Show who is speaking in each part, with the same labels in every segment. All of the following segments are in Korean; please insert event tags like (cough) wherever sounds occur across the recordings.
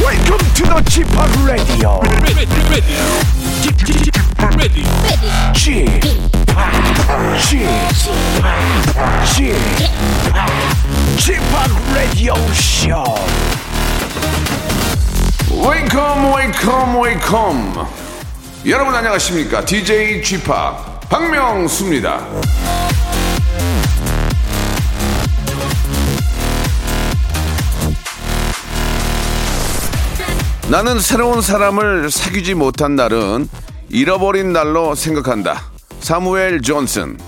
Speaker 1: Welcome to the g p o p Radio.
Speaker 2: ready, ready, ready, ready.
Speaker 1: g p o p g p o p g p o p Radio Show.
Speaker 3: 웨이컴 웨이컴 웨이컴 여러분 안녕하십니까 DJ g p o p 박명수입니다 나는 새로운 사람을 사귀지 못한 날은 잃어버린 날로 생각한다 사무엘 존슨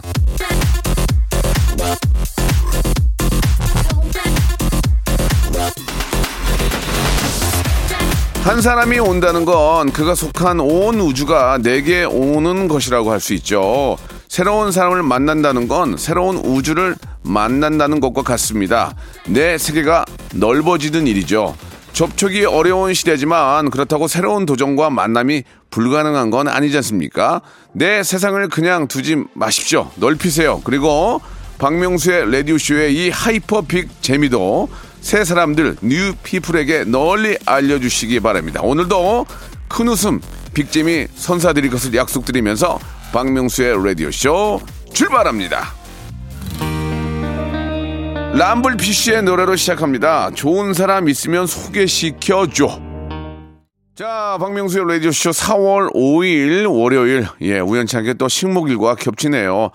Speaker 3: 한 사람이 온다는 건 그가 속한 온 우주가 내게 오는 것이라고 할 수 있죠. 새로운 사람을 만난다는 건 새로운 우주를 만난다는 것과 같습니다. 내 세계가 넓어지는 일이죠. 접촉이 어려운 시대지만 그렇다고 새로운 도전과 만남이 불가능한 건 아니지 않습니까? 내 세상을 그냥 두지 마십시오. 넓히세요. 그리고 박명수의 라디오쇼의 이 하이퍼 빅 재미도 새 사람들, 뉴 피플에게 널리 알려주시기 바랍니다. 오늘도 큰 웃음, 빅재미 선사드릴 것을 약속드리면서 박명수의 라디오쇼 출발합니다. 람블피쉬의 노래로 시작합니다. 좋은 사람 있으면 소개시켜줘. 자, 박명수의 라디오쇼 4월 5일 월요일. 예, 우연찮게 또 식목일과 겹치네요.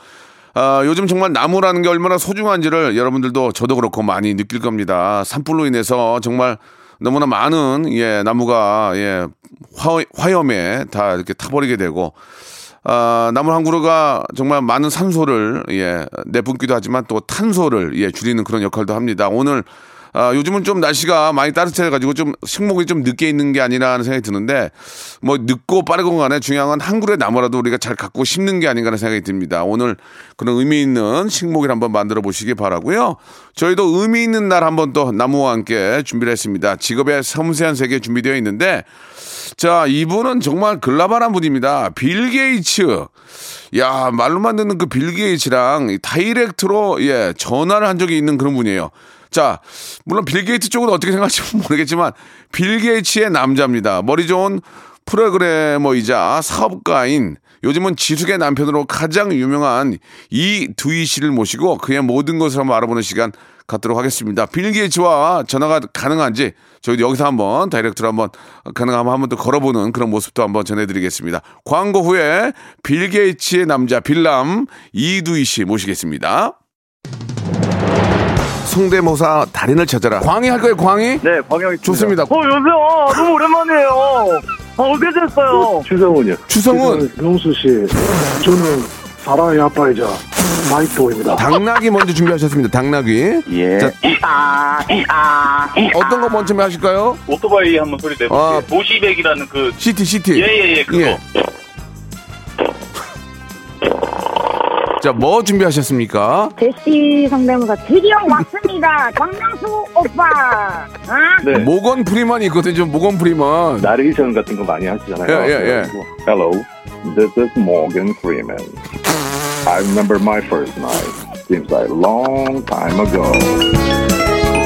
Speaker 3: 아, 요즘 정말 나무라는 게 얼마나 소중한지를 여러분들도 저도 그렇고 많이 느낄 겁니다. 산불로 인해서 정말 너무나 많은 예, 나무가 예, 화, 화염에 다 이렇게 타버리게 되고 아, 나물 한 그루가 정말 많은 산소를 예, 내뿜기도 하지만 또 탄소를 예, 줄이는 그런 역할도 합니다. 오늘 아, 요즘은 좀 날씨가 많이 따뜻해가지고 좀 식목이 좀 늦게 있는 게 아니라 하는 생각이 드는데 뭐 늦고 빠르건 간에 중요한 건 한 그루의 나무라도 우리가 잘 갖고 심는 게 아닌가 하는 생각이 듭니다. 오늘 그런 의미 있는 식목일 한번 만들어 보시기 바라고요. 저희도 의미 있는 날 한번 또 나무와 함께 준비를 했습니다. 직업의 섬세한 세계 준비되어 있는데 자, 이분은 정말 글라바한 분입니다. 빌 게이츠. 야, 말로만 듣는 그 빌 게이츠랑 이 다이렉트로 예, 전화를 한 적이 있는 그런 분이에요. 자, 물론 빌 게이츠 쪽은 어떻게 생각할지 (laughs) 모르겠지만 빌 게이츠의 남자입니다. 머리 좋은 프로그래머이자 사업가인 요즘은 지숙의 남편으로 가장 유명한 이두희 씨를 모시고 그의 모든 것을 한번 알아보는 시간 갖도록 하겠습니다. 빌 게이츠와 전화가 가능한지 저희도 여기서 한번 다이렉트로 한번 가능하면 한번 또 걸어보는 그런 모습도 한번 전해드리겠습니다. 광고 후에 빌 게이츠의 남자 빌람 이두희 씨 모시겠습니다. 송대모사 달인을 찾아라. 광희 할 거예요, 광희?
Speaker 4: 네, 광영이
Speaker 3: 좋습니다.
Speaker 4: 어, 여보세요. 너무 오랜만이에요. 아, 어떻게 됐어요?
Speaker 5: 추성훈이요.
Speaker 3: 추성훈.
Speaker 5: 명수 씨, 저는 사랑의 아빠이자 마이토입니다.
Speaker 3: 당나귀 먼저 준비하셨습니다. 당나귀.
Speaker 6: 예.
Speaker 3: 자, 어떤 거 먼저 하실까요?
Speaker 6: 오토바이 한번 소리 내볼게요.
Speaker 3: 아.
Speaker 6: 도시백이라는 그
Speaker 3: 시티 시티.
Speaker 6: 예예예 그거.
Speaker 3: 예. 자, 뭐 준비하셨습니까?
Speaker 7: 제시 성대모사 드디어 왔습니다. 박명수 오빠. 아,
Speaker 6: 네.
Speaker 3: 모건 프리먼이 있거든요. 모건 프리먼.
Speaker 6: 나레이션 같은 거 많이 하시잖아요.
Speaker 3: 예, 예, 예.
Speaker 6: Hello, this is Morgan Freeman. I remember my first night. Seems like long time ago. 네.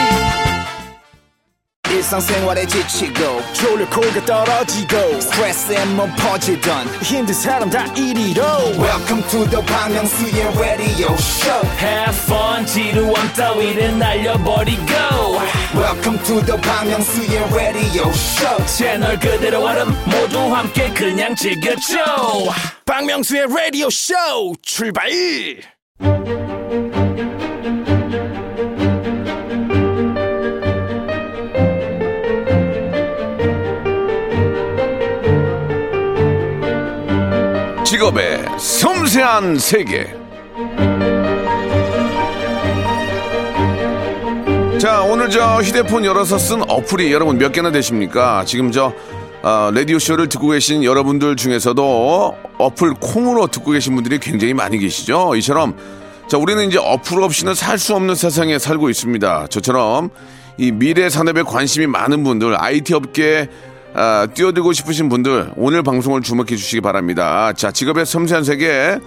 Speaker 8: 일상생활에 지치고, 졸려 코가 떨어지고, 스트레스에 몸 퍼지던, 힘든 사람 다 이리로. welcome to the Bang Myung-soo's radio show
Speaker 9: Have fun 지루함 따위를 날려버리고
Speaker 8: welcome to the Bang Myung-soo's radio show
Speaker 9: 채널 그대로 얼음 모두 함께 그냥 즐겨줘
Speaker 8: 박명수의 radio show 출발
Speaker 3: 직업의 섬세한 세계. 자, 오늘 저 휴대폰 열어서 쓴 어플이 여러분 몇 개나 되십니까? 지금 저 어, 라디오쇼를 듣고 계신 여러분들 중에서도 어플 콩으로 듣고 계신 분들이 굉장히 많이 계시죠? 이처럼 자, 우리는 이제 어플 없이는 살 수 없는 세상에 살고 있습니다. 저처럼 이 미래 산업에 관심이 많은 분들, IT 업계에 아, 뛰어들고 싶으신 분들 오늘 방송을 주목해 주시기 바랍니다. 자, 직업의 섬세한 세계.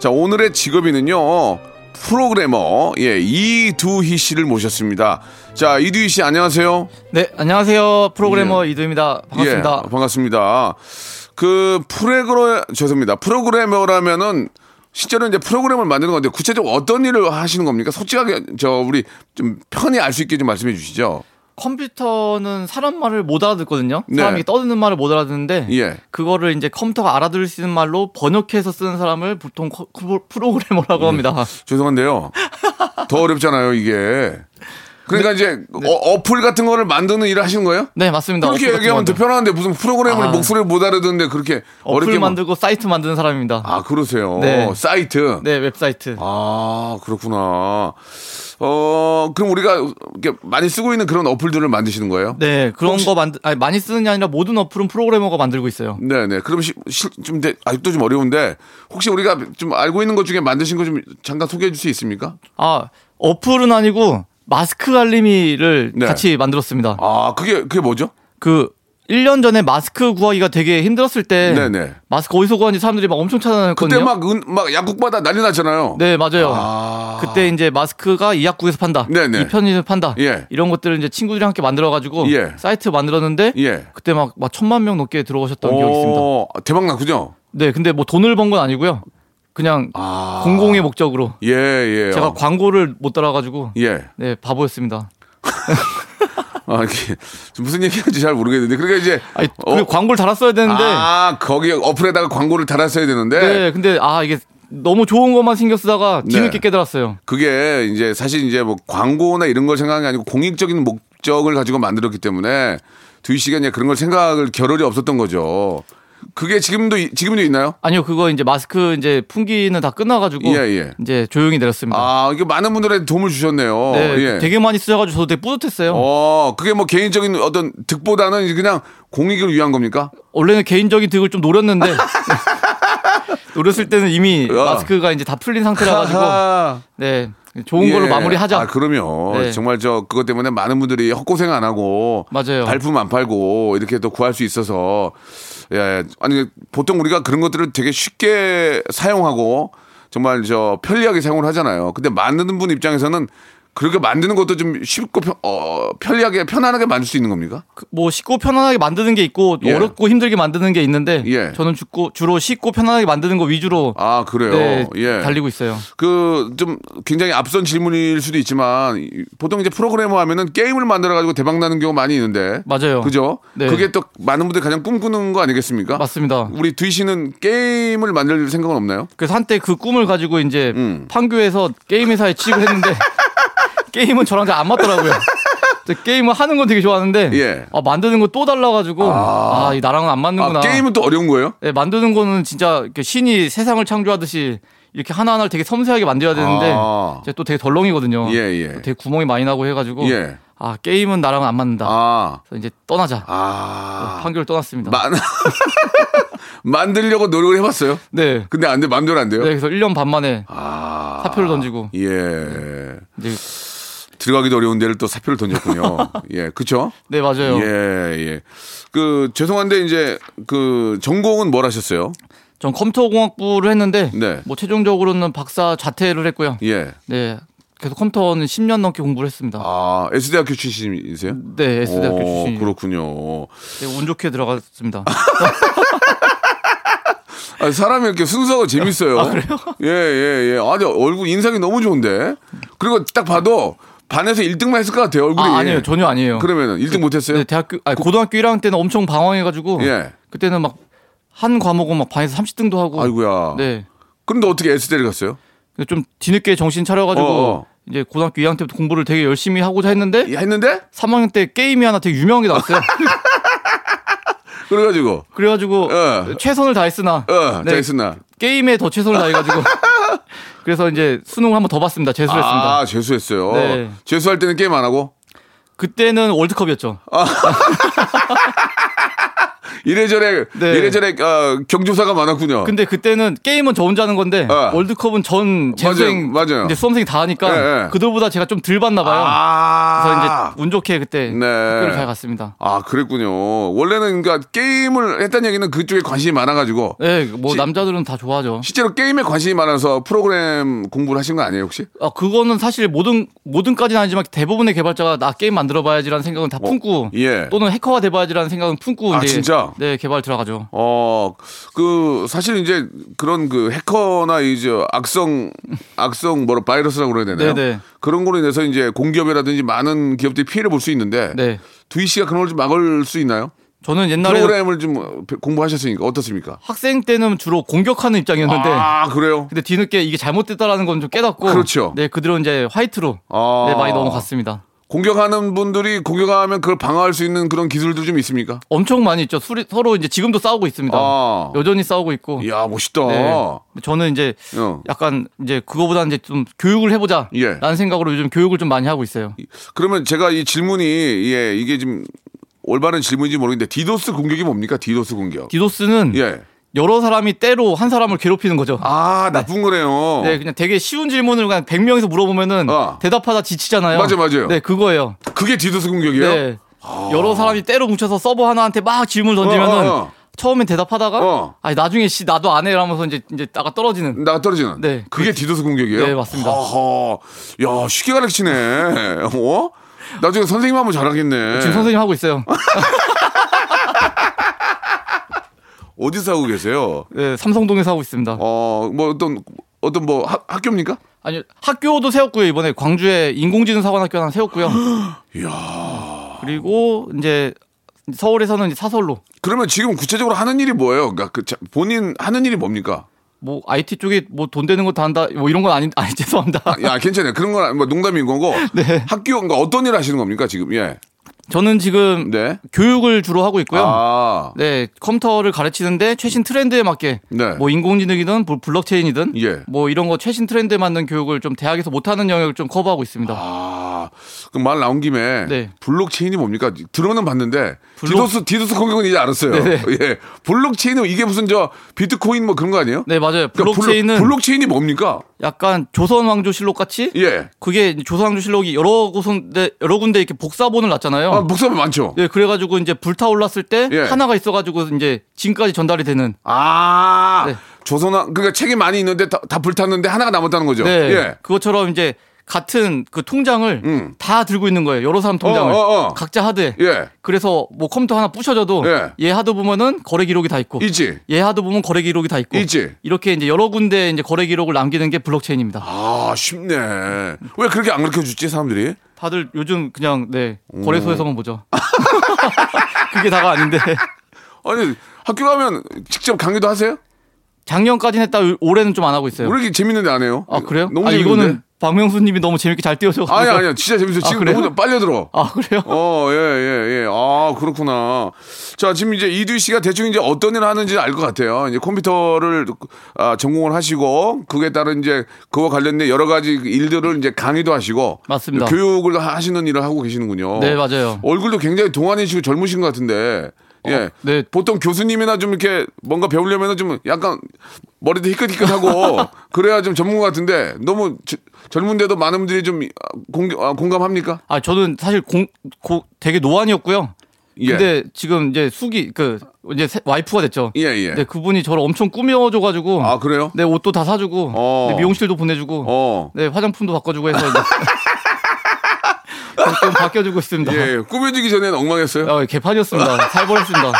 Speaker 3: 자, 오늘의 직업인은요. 프로그래머 예, 이두희 씨를 모셨습니다. 자, 이두희 씨 안녕하세요.
Speaker 10: 네, 안녕하세요. 프로그래머 이두입니다. 반갑습니다.
Speaker 3: 예, 반갑습니다. 그 프레그로 죄송합니다. 프로그래머라면은 실제로 이제 프로그램을 만드는 건데 구체적으로 어떤 일을 하시는 겁니까? 솔직하게 저 우리 좀 편히 알 수 있게 좀 말씀해 주시죠.
Speaker 10: 컴퓨터는 사람 말을 못 알아듣거든요.
Speaker 3: 네.
Speaker 10: 사람이 떠드는 말을 못 알아듣는데
Speaker 3: 예.
Speaker 10: 그거를 이제 컴퓨터가 알아들을 수 있는 말로 번역해서 쓰는 사람을 보통 코- 코-
Speaker 3: 예.
Speaker 10: 프로그래머라고 합니다. (laughs)
Speaker 3: 죄송한데요. 더 어렵잖아요, 이게. 그러니까 이제 어, 플 같은 거를 만드는 일을 하시는 거예요?
Speaker 10: 네, 맞습니다.
Speaker 3: 그렇게
Speaker 10: 어플
Speaker 3: 얘기하면 더
Speaker 10: 같은 거
Speaker 3: 편한데
Speaker 10: 만들-
Speaker 3: 무슨 프로그램을
Speaker 10: 아.
Speaker 3: 목소리를 못 알아듣는데 그렇게 어렵게
Speaker 10: 어플
Speaker 3: 만-
Speaker 10: 만들고 사이트 만드는 사람입니다.
Speaker 3: 아 그러세요.
Speaker 10: 네.
Speaker 3: 사이트.
Speaker 10: 네, 웹사이트.
Speaker 3: 아 그렇구나. 어 그럼 우리가 이렇게 많이 쓰고 있는 그런 어플들을 만드시는 거예요?
Speaker 10: 네, 그런 거 만드 아니, 많이 쓰는 게 아니라 모든 어플은 프로그래머가 만들고 있어요.
Speaker 3: 네, 네. 그럼 시, 실- 좀 데- 아직도 좀 어려운데 혹시 우리가 좀 알고 있는 것 중에 만드신 거 좀 잠깐 소개해 줄 수 있습니까?
Speaker 10: 아, 어플은 아니고 마스크 알림이를
Speaker 3: 네.
Speaker 10: 같이 만들었습니다.
Speaker 3: 아 그게 그게 뭐죠?
Speaker 10: 그 1년 전에 마스크 구하기가 되게 힘들었을 때
Speaker 3: 네네.
Speaker 10: 마스크 어디서 구하는지 사람들이 막 엄청 찾아다녔거든요.
Speaker 3: 그때 막, 은, 막 약국마다 난리 났잖아요.
Speaker 10: 네, 맞아요.
Speaker 3: 아.
Speaker 10: 그때 이제 마스크가 이 약국에서 판다.
Speaker 3: 네네.
Speaker 10: 이 편의점에서 판다.
Speaker 3: 예.
Speaker 10: 이런 것들을 이제 친구들이 함께 만들어 가지고
Speaker 3: 예.
Speaker 10: 사이트 만들었는데
Speaker 3: 예.
Speaker 10: 그때 막, 막 천만 명 넘게 들어오셨던 기억이 있습니다.
Speaker 3: 오, 대박 났군요.
Speaker 10: 네, 근데 뭐 돈을 번 건 아니고요. 그냥 공공의 목적으로
Speaker 3: 아. 예, 예.
Speaker 10: 제가
Speaker 3: 어.
Speaker 10: 광고를 못 따라 가지고
Speaker 3: 예.
Speaker 10: 네, 바보였습니다.
Speaker 3: 아, 이게 (laughs) 무슨 얘기인지 잘 모르겠는데. 그러니까 이제
Speaker 10: 아니,
Speaker 3: 어,
Speaker 10: 그 광고를 달았어야 되는데
Speaker 3: 아, 거기 어플에다가 광고를 달았어야 되는데
Speaker 10: 네, 근데 아 이게 너무 좋은 것만 신경 쓰다가 뒤늦게
Speaker 3: 네.
Speaker 10: 깨달았어요.
Speaker 3: 그게 이제 사실 이제 뭐 광고나 이런 걸 생각한 게 아니고 공익적인 목적을 가지고 만들었기 때문에 두희 씨가 이제 그런 걸 생각을 겨를이 없었던 거죠. 그게 지금도 이- 지금도 있나요?
Speaker 10: 아니요, 그거 이제 마스크 이제 풍기는 다 끝나가지고
Speaker 3: 예, 예.
Speaker 10: 이제 조용히 내렸습니다.
Speaker 3: 아, 이게 많은 분들한테 도움을 주셨네요.
Speaker 10: 네,
Speaker 3: 예.
Speaker 10: 되게 많이 쓰셔가지고 저도 되게 뿌듯했어요.
Speaker 3: 어, 그게 뭐 개인적인 어떤 득보다는 그냥 공익을 위한 겁니까?
Speaker 10: 원래는 개인적인 득을 좀 노렸는데 (laughs) 노렸을 때는 이미
Speaker 3: 야.
Speaker 10: 마스크가 이제 다 풀린
Speaker 3: (laughs)
Speaker 10: 상태라가지고
Speaker 3: 하하.
Speaker 10: 네 좋은 걸로
Speaker 3: 예.
Speaker 10: 마무리하자.
Speaker 3: 아, 그럼요.
Speaker 10: 네.
Speaker 3: 정말 저 그것 때문에 많은 분들이 헛고생 안 하고
Speaker 10: 맞아요.
Speaker 3: 발품 안 팔고 이렇게 또 구할 수 있어서 예. 아니 보통 우리가 그런 것들을 되게 쉽게 사용하고 정말 저 편리하게 사용을 하잖아요. 근데 만드는 분 입장에서는 그렇게 만드는 것도 좀 쉽고 편, 어, 편리하게 편안하게 만들 수 있는 겁니까?
Speaker 10: 그- 뭐 쉽고 편안하게 만드는 게 있고
Speaker 3: 예.
Speaker 10: 어렵고 힘들게 만드는 게 있는데
Speaker 3: 예.
Speaker 10: 저는 죽고 주로 쉽고 편안하게 만드는 거 위주로
Speaker 3: 아 그래요.
Speaker 10: 네,
Speaker 3: 예.
Speaker 10: 달리고 있어요.
Speaker 3: 그 좀 굉장히 앞선 질문일 수도 있지만 이- 보통 이제 프로그래머 하면은 게임을 만들어 가지고 대박 나는 경우 많이 있는데
Speaker 10: 맞아요.
Speaker 3: 그죠?
Speaker 10: 네.
Speaker 3: 그게 또 많은 분들이 가장 꿈꾸는 거 아니겠습니까?
Speaker 10: 맞습니다.
Speaker 3: 우리 두희 씨는 게임을 만들 생각은 없나요?
Speaker 10: 그래서 한때 그 꿈을 가지고 이제
Speaker 3: 음.
Speaker 10: 판교에서 게임 회사에
Speaker 3: (laughs)
Speaker 10: 취직을 했는데 게임은 저랑 잘 안 맞더라고요. 근데 게임을 하는 건 되게 좋아하는데
Speaker 3: 예.
Speaker 10: 아, 만드는 거 또 달라가지고 아, 이 나랑은 안 맞는구나.
Speaker 3: 아, 게임은 또 어려운 거예요?
Speaker 10: 네, 만드는 거는 진짜 이렇게 신이 세상을 창조하듯이 이렇게 하나하나를 되게 섬세하게 만들어야 되는데
Speaker 3: 아.
Speaker 10: 제가 또 되게 덜렁이거든요.
Speaker 3: 예, 예.
Speaker 10: 어. 되게 구멍이 많이 나고 해가지고
Speaker 3: 예.
Speaker 10: 아 게임은 나랑은 안 맞는다.
Speaker 3: 아,
Speaker 10: 그래서 이제 떠나자.
Speaker 3: 아,
Speaker 10: 판교를 떠났습니다.
Speaker 3: 만 (laughs) 만들려고 노력을 해봤어요.
Speaker 10: 네.
Speaker 3: 근데 안 돼, 마음대로 안 돼요.
Speaker 10: 네, 그래서 1년 반 만에
Speaker 3: 아,
Speaker 10: 사표를 던지고 네.
Speaker 3: 예,
Speaker 10: 이제
Speaker 3: 들어가기도 어려운 데를 또 사표를
Speaker 10: (laughs)
Speaker 3: 던졌군요. 예, 그렇죠?
Speaker 10: 네 맞아요.
Speaker 3: 예, 예. 그 죄송한데 이제 그 전공은 뭘 하셨어요?
Speaker 10: 전 컴퓨터공학부를 했는데
Speaker 3: 네.
Speaker 10: 뭐 최종적으로는 박사 자퇴를 했고요.
Speaker 3: 예.
Speaker 10: 네. 계속 컴퓨터는 10년 넘게 공부를 했습니다.
Speaker 3: 아, S대학교 출신이세요?
Speaker 10: 네, S대학교
Speaker 3: 오,
Speaker 10: 출신.
Speaker 3: 그렇군요.
Speaker 10: 네, 운 좋게 들어갔습니다.
Speaker 3: 아, 사람이 이렇게 순서가
Speaker 10: (laughs)
Speaker 3: 재밌어요. 아, 그래요? 예, 예, 예. 아니, 얼굴 인상이 너무 좋은데. 그리고 딱 봐도 반에서 1등만 했을 것 같아요, 얼굴이.
Speaker 10: 아, 아니에요. 전혀 아니에요.
Speaker 3: 예. 그러면은 1등 못 했어요? 그
Speaker 10: 네, 대학교 아니, 고등학교 1학년 때는 엄청 방황해 가지고
Speaker 3: 예.
Speaker 10: 그때는 막 한 과목은 막 반에서 30등도 하고
Speaker 3: 아이고야.
Speaker 10: 네.
Speaker 3: 그런데 어떻게 S대를 갔어요?
Speaker 10: 근데 좀 뒤늦게 정신 차려 가지고
Speaker 3: 어, 어.
Speaker 10: 이제 고등학교 2학년 때부터 공부를 되게 열심히 하고자 했는데
Speaker 3: 예, 했는데?
Speaker 10: 3학년 때 게임이 하나 되게 유명한 게 나왔어요. (laughs)
Speaker 3: 그래가지고.
Speaker 10: 그래가지고
Speaker 3: 어.
Speaker 10: 최선을 다했으나
Speaker 3: 어,
Speaker 10: 네,
Speaker 3: 잘 있었나?
Speaker 10: 게임에 더 최선을
Speaker 3: (laughs)
Speaker 10: 다해가지고 그래서 이제 수능을 한번 더 봤습니다. 재수했습니다.
Speaker 3: 아, 재수했어요.
Speaker 10: 네.
Speaker 3: 재수할 때는 게임 안 하고? 어.
Speaker 10: 그때는 월드컵이었죠.
Speaker 3: 이래저래
Speaker 10: 네.
Speaker 3: 이래저래 어, 경조사가 많았군요.
Speaker 10: 근데 그때는 게임은 저 혼자 하는 건데
Speaker 3: 어.
Speaker 10: 월드컵은 전 재수생
Speaker 3: 맞아요, 맞아요.
Speaker 10: 이제 수험생이 다 하니까
Speaker 3: 예, 예.
Speaker 10: 그들보다 제가 좀 덜 받나 봐요. 그래서
Speaker 3: 아.
Speaker 10: 이제 운 좋게 그때
Speaker 3: 네.
Speaker 10: 학교를 잘 갔습니다.
Speaker 3: 아 그랬군요. 원래는 그러니까 게임을 했다는 얘기는 그쪽에 관심이 많아가지고
Speaker 10: 예, 뭐
Speaker 3: 시-
Speaker 10: 남자들은 다 좋아하죠.
Speaker 3: 실제로 게임에 관심이 많아서 프로그램 공부를 하신 거 아니에요 혹시?
Speaker 10: 아 그거는 사실 모든 모든까지는 아니지만 대부분의 개발자가 나 게임 만들어봐야지라는 생각은 다 품고
Speaker 3: 예.
Speaker 10: 또는 해커가 돼봐야지라는 생각은 품고
Speaker 3: 아,
Speaker 10: 이제
Speaker 3: 진짜?
Speaker 10: 네 개발 들어가죠.
Speaker 3: 어, 그, 사실 이제 그런 그 해커나 이제 악성, 악성 뭐라 바이러스라고 그래야 되나요?
Speaker 10: 네네.
Speaker 3: 그런 거로 인해서 이제 공기업이라든지 많은 기업들이 피해를 볼 수 있는데.
Speaker 10: 네.
Speaker 3: 두희 씨가 그런 걸 좀 막을 수 있나요?
Speaker 10: 저는 옛날에
Speaker 3: 프로그램을 좀 공부하셨으니까 어떻습니까?
Speaker 10: 학생 때는 주로 공격하는 입장이었는데
Speaker 3: 아, 그래요?
Speaker 10: 근데 뒤늦게 이게 잘못됐다라는 건 좀 깨닫고
Speaker 3: 그렇죠.
Speaker 10: 네 그대로 이제 화이트로
Speaker 3: 아.
Speaker 10: 네, 많이 넘어갔습니다.
Speaker 3: 공격하는 분들이 공격하면 그걸 방어할 수 있는 그런 기술도 좀 있습니까?
Speaker 10: 엄청 많이 있죠. 술이- 서로 이제 지금도 싸우고 있습니다.
Speaker 3: 아.
Speaker 10: 여전히 싸우고 있고.
Speaker 3: 이야, 멋있다.
Speaker 10: 네. 저는 이제
Speaker 3: 어.
Speaker 10: 약간 이제 그거보다는 이제 좀 교육을 해보자
Speaker 3: 예.
Speaker 10: 라는 생각으로 요즘 교육을 좀 많이 하고 있어요.
Speaker 3: 그러면 제가 이 질문이, 예, 이게 지금 올바른 질문인지 모르겠는데, 디도스 공격이 뭡니까? 디도스 공격.
Speaker 10: 디도스는
Speaker 3: 예.
Speaker 10: 여러 사람이 때로 한 사람을 괴롭히는 거죠.
Speaker 3: 아, 나쁜 거네요.
Speaker 10: 네, 그냥 되게 쉬운 질문을 그냥 100명에서 물어보면은
Speaker 3: 어.
Speaker 10: 대답하다 지치잖아요.
Speaker 3: 맞아요, 맞아요.
Speaker 10: 네, 그거예요.
Speaker 3: 그게 디도스 공격이에요?
Speaker 10: 네. 여러 사람이 때로 뭉쳐서 서버 하나한테 막 질문 던지면은
Speaker 3: 어, 어, 어.
Speaker 10: 처음엔 대답하다가
Speaker 3: 어.
Speaker 10: 아니 나중에 씨 나도 안 해 이러면서 이제 이제 나가 떨어지는
Speaker 3: 나 떨어지는.
Speaker 10: 네,
Speaker 3: 그게 디도스 공격이에요?
Speaker 10: 네, 맞습니다.
Speaker 3: 허허. 야, 쉽게 가르치네. (laughs) 어? 나중에 선생님 하면 잘하겠네.
Speaker 10: 지금 선생님 하고 있어요.
Speaker 3: 어디서 하고 계세요?
Speaker 10: 네, 삼성동에서 하고 있습니다.
Speaker 3: 어, 뭐 어떤, 어떤 뭐 학, 학교입니까?
Speaker 10: 아니 학교도 세웠고요 이번에 광주에 인공지능 사관학교 하나
Speaker 3: (gasps)
Speaker 10: 세웠고요. 그리고 이제 서울에서는 이제 사설로
Speaker 3: 그러면 지금 구체적으로 하는 일이 뭐예요? 그러니까 그 자- 본인 하는 일이 뭡니까?
Speaker 10: 뭐 IT 쪽에 뭐 돈 되는 거 다 한다 뭐 이런 건 아니 아니 (laughs) 죄송합니다.
Speaker 3: 야, 괜찮아요. 예. 그런 건 아니- 뭐 농담인
Speaker 10: (laughs)
Speaker 3: 거고.
Speaker 10: 네.
Speaker 3: 학교, 그러니까 어떤 일 하시는 겁니까, 지금? 예.
Speaker 10: 저는 지금
Speaker 3: 네.
Speaker 10: 교육을 주로 하고 있고요.
Speaker 3: 아,
Speaker 10: 네 컴퓨터를 가르치는데 최신 트렌드에 맞게
Speaker 3: 네.
Speaker 10: 뭐 인공지능이든 뭐 블록체인이든
Speaker 3: 예.
Speaker 10: 뭐 이런 거 최신 트렌드에 맞는 교육을 좀 대학에서 못하는 영역을 좀 커버하고 있습니다.
Speaker 3: 아, 그럼 말 나온 김에
Speaker 10: 네.
Speaker 3: 블록체인이 뭡니까? 들어는 봤는데
Speaker 10: 블록-
Speaker 3: 디도스 디도스 공격은 이제 알았어요.
Speaker 10: 네네.
Speaker 3: (laughs) 예, 블록체인은 이게 무슨 저 비트코인 뭐 그런 거 아니에요?
Speaker 10: 네 맞아요.
Speaker 3: 그러니까
Speaker 10: 블록체인은
Speaker 3: 블록, 체인이 뭡니까?
Speaker 10: 약간 조선 왕조 실록 같이
Speaker 3: 예,
Speaker 10: 그게 이제 조선왕조실록이 여러 곳에 여러 군데 이렇게 복사본을 놨잖아요.
Speaker 3: 아, 복사면 많죠.
Speaker 10: 예, 그래가지고 이제 불타올랐을 때
Speaker 3: 예.
Speaker 10: 하나가 있어가지고 이제 지금까지 전달이 되는.
Speaker 3: 아,
Speaker 10: 네.
Speaker 3: 조선왕 그러니까 책이 많이 있는데 다, 다 불탔는데 하나가 남았다는 거죠.
Speaker 10: 네,
Speaker 3: 예.
Speaker 10: 그것처럼 이제 같은 그 통장을
Speaker 3: 음.
Speaker 10: 다 들고 있는 거예요. 여러 사람 통장을
Speaker 3: 어, 어, 어.
Speaker 10: 각자 하드에.
Speaker 3: 예.
Speaker 10: 그래서 뭐 컴퓨터 하나 부셔져도
Speaker 3: 예.
Speaker 10: 얘 하드 보면은 거래 기록이 다 있고.
Speaker 3: 있지.
Speaker 10: 얘 하드 보면 거래 기록이 다 있고.
Speaker 3: 있지.
Speaker 10: 이렇게 이제 여러 군데 이제 거래 기록을 남기는 게 블록체인입니다.
Speaker 3: 아, 쉽네. 왜 그렇게 안 가르쳐 주지 사람들이?
Speaker 10: 다들 요즘 그냥 네
Speaker 3: 음.
Speaker 10: 거래소에서만 보죠. (laughs) 그게 다가 아닌데.
Speaker 3: 아니, 학교 가면 직접 강의도 하세요?
Speaker 10: 작년까지는 했다 올해는 좀 안 하고 있어요.
Speaker 3: 왜 이렇게 재밌는데 안 해요?
Speaker 10: 네. 아 그래요?
Speaker 3: 너무
Speaker 10: 아
Speaker 3: 재밌는데?
Speaker 10: 이거는 박명수님이 너무 재밌게 잘 띄워줘서
Speaker 3: 아니 아니요 진짜 재밌어요
Speaker 10: 아,
Speaker 3: 지금
Speaker 10: 그래요?
Speaker 3: 너무 빨려 들어
Speaker 10: 아 그래요?
Speaker 3: 어, 예, 예, 예. 아, 그렇구나. 자, 지금 이제 이두희 씨가 대충 이제 어떤 일을 하는지 알 것 같아요. 이제 컴퓨터를 아, 전공을 하시고, 그에 따른 이제 그와 관련된 여러 가지 일들을 이제 강의도 하시고,
Speaker 10: 맞습니다.
Speaker 3: 교육을 하- 하시는 일을 하고 계시는군요.
Speaker 10: 네, 맞아요.
Speaker 3: 얼굴도 굉장히 동안이시고 젊으신 것 같은데, 예.
Speaker 10: 네.
Speaker 3: 보통 교수님이나 좀 이렇게 뭔가 배우려면 좀 약간 머리도
Speaker 10: (laughs)
Speaker 3: 희끗희끗하고, 그래야 좀 전문 가 같은데, 너무 저- 젊은데도 많은 분들이 좀 공, 아, 공감합니까?
Speaker 10: 아 저는 사실 공, 고, 되게 노안이었고요.
Speaker 3: 예.
Speaker 10: 근데 지금 이제 숙이 그 이제 새- 와이프가 됐죠.
Speaker 3: 예, 예.
Speaker 10: 근데 그분이 저를 엄청 꾸며줘가지고
Speaker 3: 아, 그래요?
Speaker 10: 네 옷도 다 사주고
Speaker 3: 어.
Speaker 10: 네, 미용실도 보내주고
Speaker 3: 어.
Speaker 10: 네 화장품도 바꿔주고 해서
Speaker 3: (laughs)
Speaker 10: 이제 좀- 좀 바뀌어주고 있습니다.
Speaker 3: 예, 꾸며지기 전에는 엉망했어요.
Speaker 10: 아, 개판이었습니다. 살벌했습니다.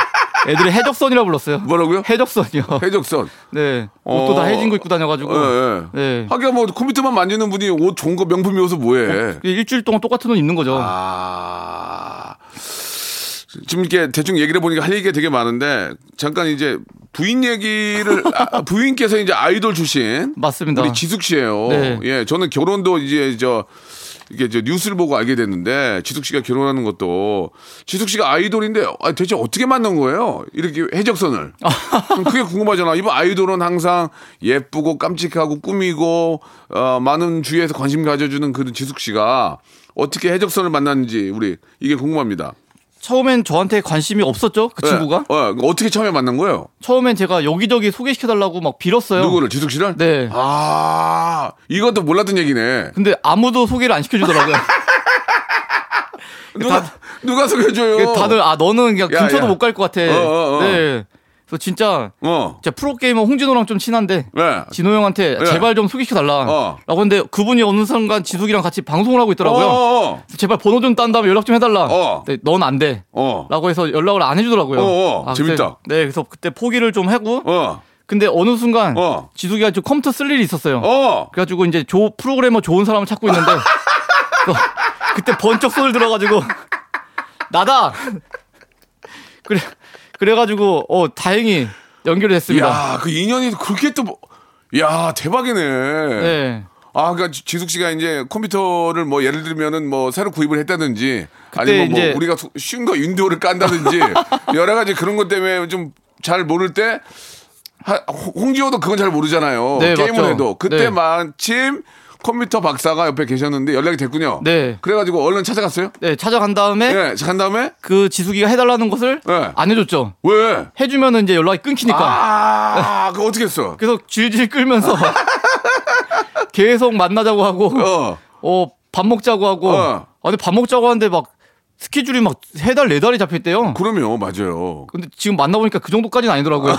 Speaker 10: 애들이 해적선이라 불렀어요.
Speaker 3: 뭐라고요?
Speaker 10: 해적선이요.
Speaker 3: 해적선.
Speaker 10: 네 옷도 다
Speaker 3: 어.
Speaker 10: 해진 거 입고 다녀가지고
Speaker 3: 예, 예.
Speaker 10: 네.
Speaker 3: 하긴 뭐 컴퓨터만 만지는 분이 옷 좋은 거 명품이 어서 뭐해.
Speaker 10: 그 일주일 동안 똑같은 옷 입는 거죠.
Speaker 3: 아. 지금 이렇게 대충 얘기를 해보니까 할 얘기가 되게 많은데 잠깐 이제 부인 얘기를 아, 부인께서 이제 아이돌 출신
Speaker 10: 맞습니다.
Speaker 3: 우리 지숙 씨예요.
Speaker 10: 네.
Speaker 3: 예, 저는 결혼도 이제 저 이게 저 뉴스를 보고 알게 됐는데 지숙 씨가 결혼하는 것도 지숙 씨가 아이돌인데 아, 대체 어떻게 만난 거예요? 이렇게 해적선을
Speaker 10: 아.
Speaker 3: 좀 그게 궁금하잖아. 이번 아이돌은 항상 예쁘고 깜찍하고 꾸미고 어, 많은 주위에서 그 관심 가져주는 그런 지숙 씨가 어떻게 해적선을 만났는지 우리 이게 궁금합니다.
Speaker 10: 처음엔 저한테 관심이 없었죠 그
Speaker 3: 예.
Speaker 10: 친구가
Speaker 3: 어, 어떻게 처음에 만난 거예요?
Speaker 10: 처음엔 제가 여기저기 소개시켜달라고 막 빌었어요
Speaker 3: 누구를 지숙 씨를?
Speaker 10: 네
Speaker 3: 아 이것도 몰랐던 얘기네.
Speaker 10: 근데 아무도 소개를 안
Speaker 3: (laughs)
Speaker 10: 시켜주더라고요
Speaker 3: 누가
Speaker 10: 다-
Speaker 3: 누가 소개해줘요?
Speaker 10: 그러니까 다들 아 너는 그냥
Speaker 3: 야,
Speaker 10: 근처도
Speaker 3: 야.
Speaker 10: 못 갈 것 같아
Speaker 3: 어, 어, 어.
Speaker 10: 네 그래서 진짜
Speaker 3: 어.
Speaker 10: 진짜 프로게이머 홍진호랑 좀 친한데
Speaker 3: 네.
Speaker 10: 진호 형한테
Speaker 3: 예.
Speaker 10: 제발 좀 소개시켜달라
Speaker 3: 어.
Speaker 10: 라고 했는데 그분이 어느 순간 지숙이랑 같이 방송을 하고 있더라고요
Speaker 3: 어,
Speaker 10: 제발 번호 좀 딴 다음에 연락 좀 해달라.
Speaker 3: 어.
Speaker 10: 근데 넌 안 돼.
Speaker 3: 어.
Speaker 10: 라고 해서 연락을 안 해주더라고요.
Speaker 3: 어, 어.
Speaker 10: 그때-
Speaker 3: 재밌다.
Speaker 10: 네, 그래서 그때 포기를 좀 하고.
Speaker 3: 어.
Speaker 10: 근데 어느 순간
Speaker 3: 어.
Speaker 10: 지숙이가 좀 컴퓨터 쓸 일이 있었어요.
Speaker 3: 어.
Speaker 10: 그래가지고 이제 조 프로그래머 좋은 사람을 찾고 있는데
Speaker 3: (laughs)
Speaker 10: 그- 그때 번쩍 손을 들어가지고 나다. 그래 그래가지고 어 다행히 연결됐습니다.
Speaker 3: 야, 그 인연이 그렇게 또, 뭐- 야, 대박이네.
Speaker 10: 네.
Speaker 3: 아, 그니까 지숙 씨가 이제 컴퓨터를 뭐 예를 들면은 뭐 새로 구입을 했다든지
Speaker 10: 그때
Speaker 3: 아니면 뭐
Speaker 10: 이제-
Speaker 3: 우리가 수- 쉬운 거 윈도우를
Speaker 10: (laughs)
Speaker 3: 깐다든지 여러 가지 그런 것 때문에 좀 잘 모를 때 하- 홍- 홍지호도 그건 잘 모르잖아요.
Speaker 10: 네,
Speaker 3: 게임을
Speaker 10: 맞죠.
Speaker 3: 해도 그때
Speaker 10: 네.
Speaker 3: 마침 컴퓨터 박사가 옆에 계셨는데 연락이 됐군요.
Speaker 10: 네.
Speaker 3: 그래가지고 얼른 찾아갔어요.
Speaker 10: 네 찾아간 다음에
Speaker 3: 예, 간 다음에
Speaker 10: 그 지숙이가 해달라는 것을
Speaker 3: 네.
Speaker 10: 안 해줬죠.
Speaker 3: 왜?
Speaker 10: 해주면은 이제 연락이 끊기니까. 그러니까.
Speaker 3: 아,
Speaker 10: (laughs)
Speaker 3: 그거 어떻게 했어?
Speaker 10: 그래서
Speaker 3: (laughs)
Speaker 10: 질질 끌면서 계속 만나자고 하고
Speaker 3: 어.
Speaker 10: 어 밥 먹자고 하고
Speaker 3: 어.
Speaker 10: 아 근데 밥 먹자고 하는데 막 스케줄이 막 세 달 네 달이 잡혔대요.
Speaker 3: 그럼요, 맞아요.
Speaker 10: 근데 지금 만나보니까 그 정도까지는 아니더라고요.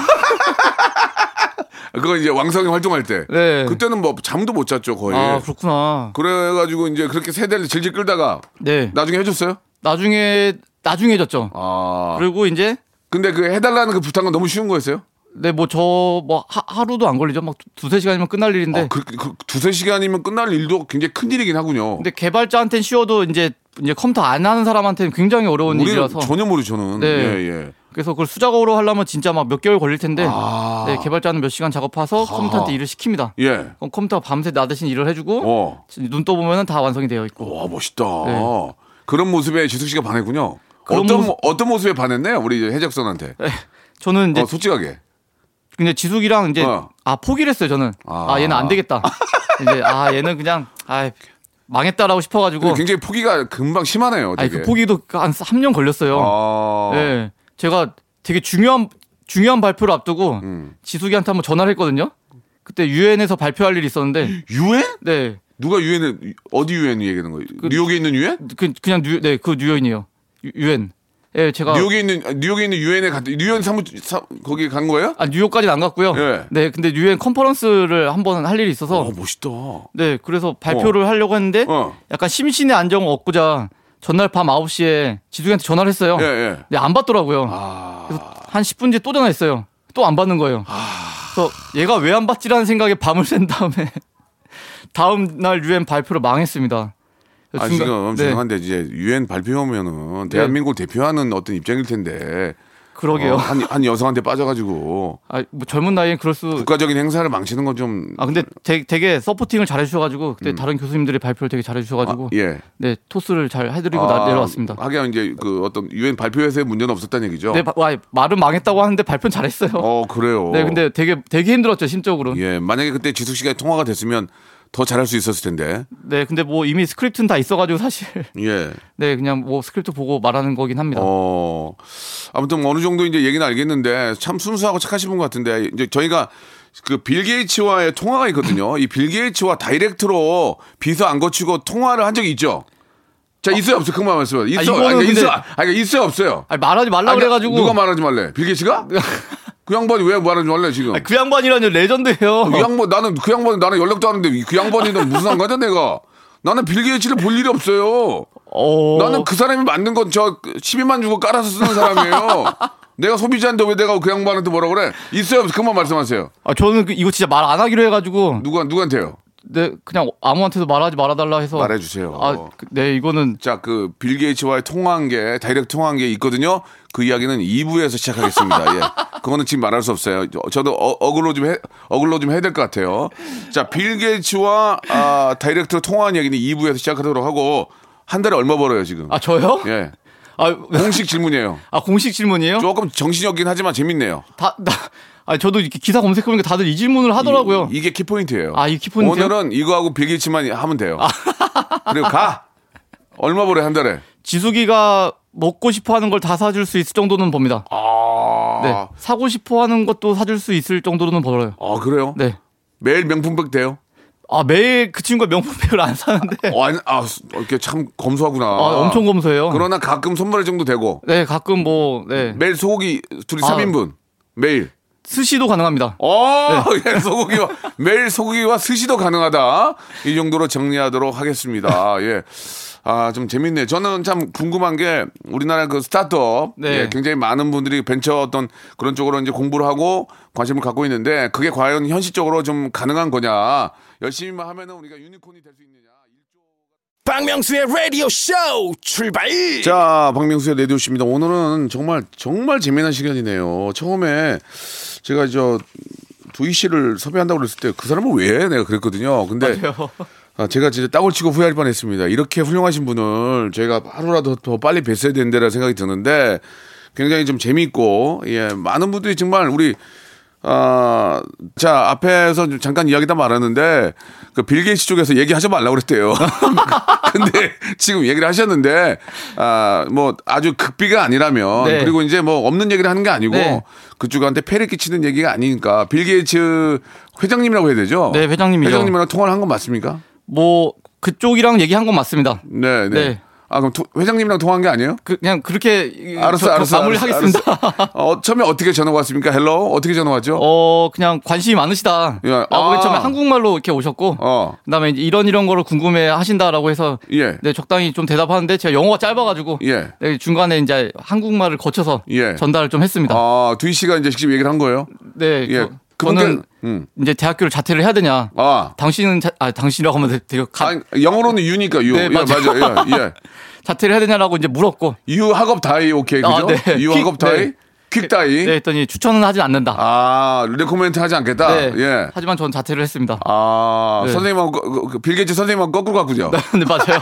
Speaker 3: 그거 이제 왕성이 활동할 때.
Speaker 10: 네.
Speaker 3: 그때는 뭐 잠도 못 잤죠, 거의.
Speaker 10: 아 그렇구나.
Speaker 3: 그래가지고 이제 그렇게 세대를 질질 끌다가
Speaker 10: 네.
Speaker 3: 나중에 해줬어요?
Speaker 10: 나중에 나중에 졌죠.
Speaker 3: 아.
Speaker 10: 그리고 이제
Speaker 3: 근데 그 해달라는 그 부탁은 너무 쉬운 거였어요?
Speaker 10: 네뭐저뭐 하루도 안 걸리죠. 막 두세 시간이면 끝날 일인데.
Speaker 3: 아, 그, 그 두세 시간이면 끝날 일도 굉장히 큰 일이긴 하군요.
Speaker 10: 근데 개발자한테는 쉬워도 이제 이제 컴퓨터 안 하는 사람한테는 굉장히 어려운
Speaker 3: 우리는
Speaker 10: 일이라서
Speaker 3: 전혀 모르죠, 저는.
Speaker 10: 네.
Speaker 3: 예, 예.
Speaker 10: 그래서 그걸 수작업으로 하려면 진짜 막 몇 개월 걸릴 텐데
Speaker 3: 아.
Speaker 10: 네, 개발자는 몇 시간 작업해서 컴퓨터한테 일을 시킵니다.
Speaker 3: 예.
Speaker 10: 그럼 컴퓨터 가 밤새 나 대신 일을 해주고
Speaker 3: 어.
Speaker 10: 눈 떠보면 다 완성이 되어 있고
Speaker 3: 와, 멋있다.
Speaker 10: 네.
Speaker 3: 그런 모습에 지숙 씨가 반했군요.
Speaker 10: 그런
Speaker 3: 어떤,
Speaker 10: 모습-
Speaker 3: 어떤 모습에 반했나요? 우리 이제 해적선한테.
Speaker 10: 저는 이제
Speaker 3: 어, 솔직하게.
Speaker 10: 근데 지숙이랑 이제
Speaker 3: 어.
Speaker 10: 아 포기를 했어요 저는
Speaker 3: 아.
Speaker 10: 아, 얘는 안 되겠다 이제 아 얘는 그냥 아 망했다라고 싶어가지고
Speaker 3: 근데 굉장히 포기가 금방 심하네요.
Speaker 10: 뭐. 아니
Speaker 3: 되게.
Speaker 10: 그 포기도 한 3년 걸렸어요.
Speaker 3: 아.
Speaker 10: 예 제가 되게 중요한 중요한 발표를 앞두고
Speaker 3: 음.
Speaker 10: 지숙이한테 한번 전화를 했거든요. 그때 유엔에서 발표할 일이 있었는데
Speaker 3: 유엔?
Speaker 10: 네
Speaker 3: 누가 유엔을 어디 유엔 얘기하는 거예요? 뉴욕에 있는 유엔?
Speaker 10: 그, 그냥 뉴, 네, 그 뉴욕이에요. 유- 유엔. 예, 제가
Speaker 3: 뉴욕에 있는 아, 뉴욕에 있는 유엔에 갔 유엔 사무 사, 거기 간 거예요?
Speaker 10: 아, 뉴욕까지는 안 갔고요.
Speaker 3: 예.
Speaker 10: 네, 근데 유엔 컨퍼런스를 한번 할 일이 있어서
Speaker 3: 어 멋있다. 어.
Speaker 10: 네, 그래서 발표를 하려고 했는데 약간 심신의 안정을 얻고자 전날 밤 9시에 지숙이한테 전화를 했어요.
Speaker 3: 예, 예.
Speaker 10: 네, 안 받더라고요.
Speaker 3: 아.
Speaker 10: 그래서 한 10분 뒤에 또 전화했어요. 또 안 받는 거예요. 그래서 얘가 왜 안 받지라는 생각에 밤을 샌 다음에 (laughs) 다음 날 유엔 발표로 망했습니다.
Speaker 3: 아
Speaker 10: 중간-
Speaker 3: 지금
Speaker 10: 네,
Speaker 3: 죄송한데 이제 유엔 발표하면은 대한민국 대표하는 어떤 입장일 텐데
Speaker 10: 그러게요.
Speaker 3: 어, 한, 한 여성한테 빠져가지고
Speaker 10: 아, 뭐 젊은 나이엔 그럴 수
Speaker 3: 국가적인 행사를 망치는 건좀
Speaker 10: 아 근데 되, 되게 서포팅을 잘 해주셔가지고 그때 다른 교수님들의 발표를 되게 잘 해주셔가지고
Speaker 3: 음. 예.
Speaker 10: 네 토스를 잘 해드리고 나,
Speaker 3: 아,
Speaker 10: 내려왔습니다.
Speaker 3: 하긴 이제 그 어떤 유엔 발표에서의 문제는 없었다는 얘기죠.
Speaker 10: 네 바- 와, 말은 망했다고 하는데 발표는 잘했어요.
Speaker 3: 어 그래요.
Speaker 10: (laughs) 네 근데 되게 되게 힘들었죠 심적으로.
Speaker 3: 예 만약에 그때 지숙 씨가 통화가 됐으면 더 잘할 수 있었을 텐데.
Speaker 10: 네 근데 뭐 이미 스크립트는 다 있어가지고 사실 (laughs)
Speaker 3: 예.
Speaker 10: 네 그냥 뭐 스크립트 보고 말하는 거긴 합니다.
Speaker 3: 어 아무튼 어느 정도 이제 얘기는 알겠는데 참 순수하고 착하신 분 같은데 이제 저희가 그 빌 게이츠와의 통화가 있거든요. 이 빌 게이츠와 다이렉트로 비서 안 거치고 통화를 한 적이 있죠. 자 있어요 없어요 그만 말씀해. 있어.
Speaker 10: 이거는
Speaker 3: 아니, 그러니까
Speaker 10: 근데-
Speaker 3: 있어. 아니 그러니까 있어요 없어요.
Speaker 10: 아니, 말하지 말라
Speaker 3: 아니,
Speaker 10: 그래가지고
Speaker 3: 누가 말하지 말래? 빌
Speaker 10: (laughs)
Speaker 3: 게이츠가? 그 양반이 왜 말하지 말래 지금?
Speaker 10: 아니, 그 양반이라니 레전드예요.
Speaker 3: 그 양반 나는 그 양반 나는 연락도 안 하는데 그 양반이든 무슨 상관이야 내가? 나는 빌 게이츠를 볼 일이 없어요.
Speaker 10: (laughs) 어...
Speaker 3: 나는 그 사람이 만든 건 저 12만 주고 깔아서 쓰는 사람이에요. 내가 소비자인데 왜 내가 그 양반한테 뭐라 그래? 있어요? 없어요? 그만 말씀하세요.
Speaker 10: 아, 저는 그- 이거 진짜 말 안 하기로 해가지고
Speaker 3: 누가 누구한테요?
Speaker 10: 네 그냥 아무한테도 말하지 말아달라 해서
Speaker 3: 말해주세요.
Speaker 10: 아, 그- 네 이거는
Speaker 3: 자, 그 빌 게이츠와의 통화한 게 다이렉트 통화한 게 있거든요. 그 이야기는 2부에서 시작하겠습니다. 예. 그거는 지금 말할 수 없어요. 저- 저도 어, 어글로 좀 해, 어글로 좀 해야 될 것 같아요. 자, 빌 게이츠와 아, 다이렉트 통화한 이야기는 2부에서 시작하도록 하고 한 달에 얼마 벌어요 지금?
Speaker 10: 아 저요?
Speaker 3: 예.
Speaker 10: 아, (laughs)
Speaker 3: 공식 질문이에요.
Speaker 10: 아 공식 질문이에요?
Speaker 3: 조금 정신이 없긴 하지만 재밌네요.
Speaker 10: 다, 나, 아, 저도 이렇게 기사 검색해보니까 다들 이 질문을 하더라고요.
Speaker 3: 이, 게 키포인트예요.
Speaker 10: 아, 이 키포인트요? 아.
Speaker 3: 오늘은 이거하고 빌게이츠만 하면 돼요. 그리고 가. 얼마 벌어요 한 달에?
Speaker 10: 지숙이가 먹고 싶어 하는 걸 다 사줄 수 있을 정도는 법니다. 아.
Speaker 3: 아,
Speaker 10: 네. 사고 싶어 하는 것도 사줄 수 있을 정도로는 벌어요.
Speaker 3: 아 그래요?
Speaker 10: 네.
Speaker 3: 매일 명품백 돼요?
Speaker 10: 아 매일 그 친구가 명품백을 안 사는데
Speaker 3: 어, 아니, 아, 수- 어, 이렇게 참 검소하구나.
Speaker 10: 아, 엄청 검소해요.
Speaker 3: 그러나 가끔 손바닥 정도 되고
Speaker 10: 네 가끔 뭐 네.
Speaker 3: 매일 소고기 둘이
Speaker 10: 아.
Speaker 3: 삼 3인분 매일.
Speaker 10: 스시도 가능합니다.
Speaker 3: 어, (laughs) 예, 소고기와 매일 소고기와 스시도 가능하다. 이 정도로 정리하도록 하겠습니다. 예. 아, 좀 재밌네요. 저는 참 궁금한 게 우리나라 그 스타트업
Speaker 10: 네.
Speaker 3: 예, 굉장히 많은 분들이 벤처 어떤 그런 쪽으로 이제 공부를 하고 관심을 갖고 있는데 그게 과연 현실적으로 좀 가능한 거냐. 열심히만 하면은 우리가 유니콘이 될 수 있느냐.
Speaker 1: 박명수의 라디오 쇼 출발.
Speaker 3: 자, 박명수의 라디오 씨입니다. 오늘은 정말 정말 재미난 시간이네요. 처음에 제가 저 두희 씨를 섭외한다고 그랬을 때 그 사람은 왜 내가 그랬거든요. 근데 아, 제가 진짜 딱을 치고 후회할 뻔했습니다. 이렇게 훌륭하신 분을 저희가 하루라도 더 빨리 뵀어야 된다라는 생각이 드는데 굉장히 좀 재미있고 예 많은 분들이 정말 우리 아, 자, 앞에서 좀 잠깐 이야기 다 말았는데, 그 빌 게이츠 쪽에서 얘기하지 말라고 그랬대요. (laughs) 근데 지금 얘기를 하셨는데, 아, 뭐 아주 극비가 아니라면,
Speaker 10: 네.
Speaker 3: 그리고 이제 뭐 없는 얘기를 하는 게 아니고,
Speaker 10: 네.
Speaker 3: 그쪽한테 폐를 끼치는 얘기가 아니니까, 빌 게이츠 회장님이라고 해야 되죠?
Speaker 10: 네, 회장님이죠.
Speaker 3: 회장님이랑 통화를 한 건 맞습니까?
Speaker 10: 뭐 그쪽이랑 얘기한 건 맞습니다.
Speaker 3: 네, 네.
Speaker 10: 네.
Speaker 3: 아, 그럼 투- 회장님이랑 통화한 게
Speaker 10: (laughs)
Speaker 3: 아니에요?
Speaker 10: 그, 그냥 그렇게 이-
Speaker 3: 알았어,
Speaker 10: 저- 저
Speaker 3: 알았어.
Speaker 10: 마무리하겠습니다.
Speaker 3: 알았어, 알았어. 어, 처음에 어떻게 전화가 왔습니까? 헬로? 어떻게 전화 왔죠?
Speaker 10: (laughs) 어 그냥 관심이 많으시다.
Speaker 3: 예, 아.
Speaker 10: 라고 맨 처음에 한국말로 이렇게 오셨고
Speaker 3: 어.
Speaker 10: 그다음에 이제 이런 이런 거를 궁금해 하신다라고 해서
Speaker 3: 예.
Speaker 10: 네, 적당히 좀 대답하는데 제가 영어가 짧아가지고
Speaker 3: 예.
Speaker 10: 네, 중간에 이제 한국말을 거쳐서
Speaker 3: 예.
Speaker 10: 전달을 좀 했습니다.
Speaker 3: 아, 두희 씨가 이제 직접 얘기를 한 거예요?
Speaker 10: 네,
Speaker 3: 예.
Speaker 10: 저,
Speaker 3: 그분께-
Speaker 10: 저는
Speaker 3: 음.
Speaker 10: 이제 대학교를 자퇴를 해야 되냐?
Speaker 3: 아.
Speaker 10: 당신은 자, 아 당신이라고 하면 되게 가,
Speaker 3: 아 영어로는 유니까 유.
Speaker 10: 네,
Speaker 3: 예,
Speaker 10: 맞아요.
Speaker 3: 맞아요. 예.
Speaker 10: (laughs)
Speaker 3: 예.
Speaker 10: 자퇴를 해야 되냐라고 이제 물었고
Speaker 3: 유 학업 다이 오케이. 그죠?
Speaker 10: 아, 네.
Speaker 3: 유
Speaker 10: 퀵,
Speaker 3: 학업 다이.
Speaker 10: 네.
Speaker 3: 퀵 다이.
Speaker 10: 네, 했더니 추천은 하진 않는다.
Speaker 3: 아, 레코멘트 하지 않겠다.
Speaker 10: 네,
Speaker 3: 예.
Speaker 10: 하지만 전 자퇴를 했습니다. (laughs)
Speaker 3: 아,
Speaker 10: 네.
Speaker 3: 선생님하고 거- 그 빌게츠 선생님하고 거꾸로 갔군요.
Speaker 10: 네, 맞아요.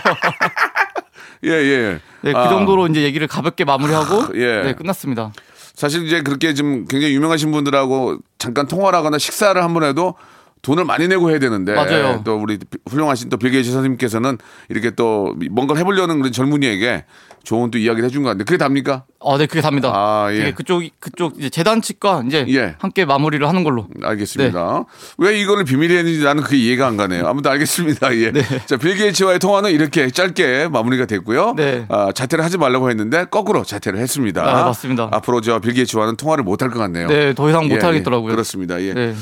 Speaker 3: 예, 예.
Speaker 10: 네, 그
Speaker 3: 아.
Speaker 10: 정도로 이제 얘기를 가볍게 마무리하고
Speaker 3: 예.
Speaker 10: 네, 끝났습니다.
Speaker 3: 사실 이제 그렇게 좀 굉장히 유명하신 분들하고 잠깐 통화를 하거나 식사를 한 번 해도 돈을 많이 내고 해야 되는데
Speaker 10: 맞아요.
Speaker 3: 또 우리 훌륭하신 또 빌게이츠 선생님께서는 이렇게 또 뭔가를 해보려는 그런 젊은이에게 좋은 또 이야기를 해준 것 같은데 그게 답니까?
Speaker 10: 아, 네, 그게 답니다.
Speaker 3: 아, 예.
Speaker 10: 그게 그쪽 그쪽 이제 재단 측과 이제
Speaker 3: 예.
Speaker 10: 함께 마무리를 하는 걸로.
Speaker 3: 알겠습니다.
Speaker 10: 네.
Speaker 3: 왜 이거를 비밀이 했는지 나는 그게 이해가 안 가네요. 아무튼 알겠습니다. 예.
Speaker 10: 네.
Speaker 3: 자, 빌 게이츠와의 통화는 이렇게 짧게 마무리가 됐고요.
Speaker 10: 네.
Speaker 3: 아, 자퇴를 하지 말라고 했는데 거꾸로 자퇴를 했습니다.
Speaker 10: 아, 맞습니다.
Speaker 3: 앞으로 저 빌 게이츠와는 통화를 못 할 것 같네요.
Speaker 10: 네, 더 이상 못
Speaker 3: 예, 예.
Speaker 10: 하겠더라고요.
Speaker 3: 그렇습니다. 예.
Speaker 10: 네.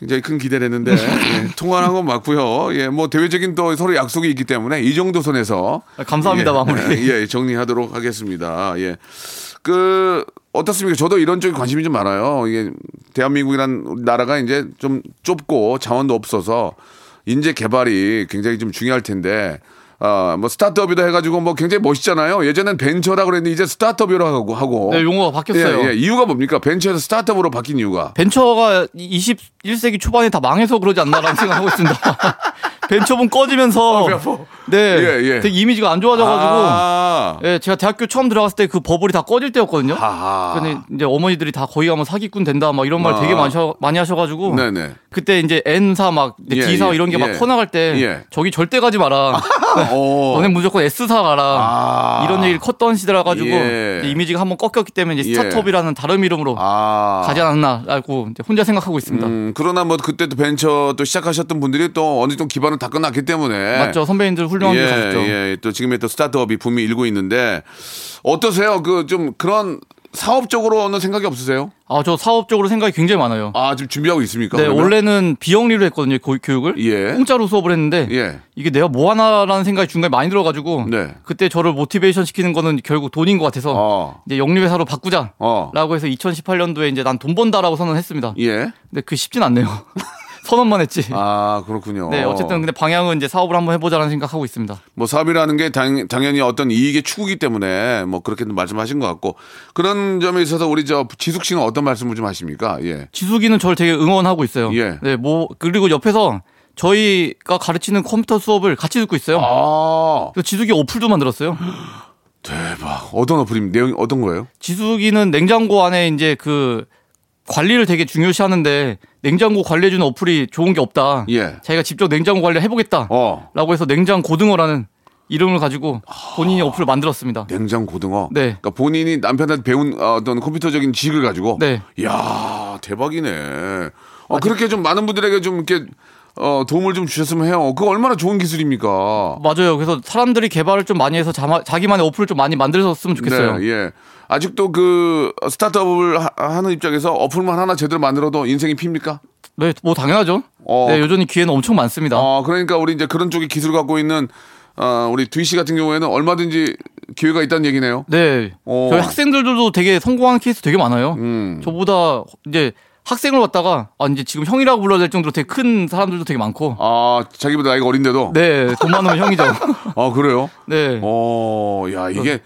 Speaker 3: 굉장히 큰 기대를 했는데 예, 통화를 한 건 맞고요. 예, 뭐 대외적인 또 서로 약속이 있기 때문에 이 정도 선에서
Speaker 10: 아, 감사합니다,
Speaker 3: 예,
Speaker 10: 마무리.
Speaker 3: 예, 정리하도록 하겠습니다. 예. 그 어떻습니까? 저도 이런 쪽에 관심이 좀 많아요. 이게 대한민국이란 우리 나라가 이제 좀 좁고 자원도 없어서 인재 개발이 굉장히 좀 중요할 텐데 아, 뭐 스타트업이다 해가지고 뭐 굉장히 멋있잖아요. 예전엔 벤처라 그랬는데 이제 스타트업이라고 하고
Speaker 10: 네, 용어가 바뀌었어요.
Speaker 3: 예, 예. 이유가 뭡니까? 벤처에서 스타트업으로 바뀐 이유가
Speaker 10: 벤처가 21세기 초반에 다 망해서 그러지 않나라는 생각하고 있습니다. (laughs) 벤처분 꺼지면서
Speaker 3: 배 아파.
Speaker 10: 네,
Speaker 3: 예, 예.
Speaker 10: 되게 이미지가 안 좋아져가지고
Speaker 3: 아.
Speaker 10: 예, 제가 대학교 처음 들어갔을 때 그 버블이 다 꺼질 때였거든요.
Speaker 3: 아,
Speaker 10: 근데 이제 어머니들이 다 거기 가면 사기꾼 된다 막 이런 말 되게 많이, 하셔, 많이 하셔가지고
Speaker 3: 네네.
Speaker 10: 그때 이제 N사 막 이제
Speaker 3: 예,
Speaker 10: D사
Speaker 3: 예,
Speaker 10: 이런 게 막
Speaker 3: 예.
Speaker 10: 커나갈 때
Speaker 3: 예.
Speaker 10: 저기 절대
Speaker 3: (laughs)
Speaker 10: 가지 마라.
Speaker 3: 오.
Speaker 10: 너네 무조건 S사 가라.
Speaker 3: 어. 아.
Speaker 10: 이런 얘기를 컸던 시대라 가지고
Speaker 3: 예.
Speaker 10: 이미지가 한번 꺾였기 때문에 이제
Speaker 3: 예.
Speaker 10: 스타트업이라는 다른 이름으로
Speaker 3: 아.
Speaker 10: 가지 않았나라고 이제 혼자 생각하고 있습니다.
Speaker 3: 음, 그러나 뭐 그때 또 벤처 또 시작하셨던 분들이 또 어느 정도 기반은 다 끝났기 때문에
Speaker 10: 맞죠? 선배님들 훌륭한 게
Speaker 3: 네. 예,
Speaker 10: 가셨죠.
Speaker 3: 예, 또 지금의 또 스타트업이 붐이 일고 있는데 어떠세요? 그 좀 그런 사업적으로는 생각이 없으세요?
Speaker 10: 아, 저 사업적으로 생각이 굉장히 많아요.
Speaker 3: 아, 지금 준비하고 있습니까?
Speaker 10: 네,
Speaker 3: 그러면?
Speaker 10: 원래는 비영리로 했거든요, 고- 교육을.
Speaker 3: 예.
Speaker 10: 공짜로 수업을 했는데
Speaker 3: 예.
Speaker 10: 이게 내가 뭐 하나라는 생각이 중간에 많이 들어가지고
Speaker 3: 네.
Speaker 10: 그때 저를 모티베이션 시키는 거는 결국 돈인 것 같아서
Speaker 3: 어.
Speaker 10: 이제 영리회사로 바꾸자라고
Speaker 3: 어.
Speaker 10: 해서 2018년도에 이제 난 돈 번다라고 선언했습니다.
Speaker 3: 예.
Speaker 10: 근데 그 쉽진 않네요. (laughs) 선언만 했지.
Speaker 3: 아, 그렇군요.
Speaker 10: 네, 어쨌든 근데 방향은 이제 사업을 한번 해보자라는 생각하고 있습니다.
Speaker 3: 뭐 사업이라는 게 당, 당연히 어떤 이익의 추구기 때문에 뭐 그렇게 말씀하신 것 같고 그런 점에 있어서 우리 저 지숙 씨는 어떤 말씀을 좀 하십니까? 예.
Speaker 10: 지숙이는 저를 되게 응원하고 있어요.
Speaker 3: 예.
Speaker 10: 네, 뭐 그리고 옆에서 저희가 가르치는 컴퓨터 수업을 같이 듣고 있어요.
Speaker 3: 아,
Speaker 10: 그래서 지숙이 어플도 만들었어요.
Speaker 3: 대박. 아, 어떤 어플입니까? 내용이 어떤 거예요?
Speaker 10: 지숙이는 냉장고 안에 이제 그 관리를 되게 중요시하는데 냉장고 관리해주는 어플이 좋은 게 없다.
Speaker 3: 예.
Speaker 10: 자기가 직접 냉장고 관리 해보겠다.
Speaker 3: 어.
Speaker 10: 라고 해서 냉장 고등어라는 이름을 가지고 본인이 어플을 만들었습니다.
Speaker 3: 냉장 고등어.
Speaker 10: 네.
Speaker 3: 그러니까 본인이 남편한테 배운 어, 어떤 컴퓨터적인 지식을 가지고.
Speaker 10: 네.
Speaker 3: 이야 대박이네. 어, 그렇게 좀 많은 분들에게 좀 이렇게 어, 도움을 좀 주셨으면 해요. 그거 얼마나 좋은 기술입니까?
Speaker 10: 맞아요. 그래서 사람들이 개발을 좀 많이 해서 자마, 자기만의 어플을 좀 많이 만들었으면 좋겠어요.
Speaker 3: 네, 예. 아직도 그 스타트업을 하, 하는 입장에서 어플만 하나 제대로 만들어도 인생이 핍니까?
Speaker 10: 네, 뭐 당연하죠.
Speaker 3: 어.
Speaker 10: 네, 요즘 기회는 엄청 많습니다.
Speaker 3: 어, 그러니까 우리 이제 그런 쪽에 기술 갖고 있는 어, 우리 두희 씨 같은 경우에는 얼마든지 기회가 있다는 얘기네요.
Speaker 10: 네,
Speaker 3: 어.
Speaker 10: 저희 학생들도 되게 성공한 케이스 되게 많아요.
Speaker 3: 음.
Speaker 10: 저보다 이제 학생을 왔다가 아 이제 지금 형이라고 불러야 될 정도로 되게 큰 사람들도 되게 많고.
Speaker 3: 아, 자기보다 나이가 어린데도.
Speaker 10: 네, 돈
Speaker 3: (laughs)
Speaker 10: 많으면 형이죠.
Speaker 3: 아, 그래요?
Speaker 10: 네,
Speaker 3: 어, 야, 이게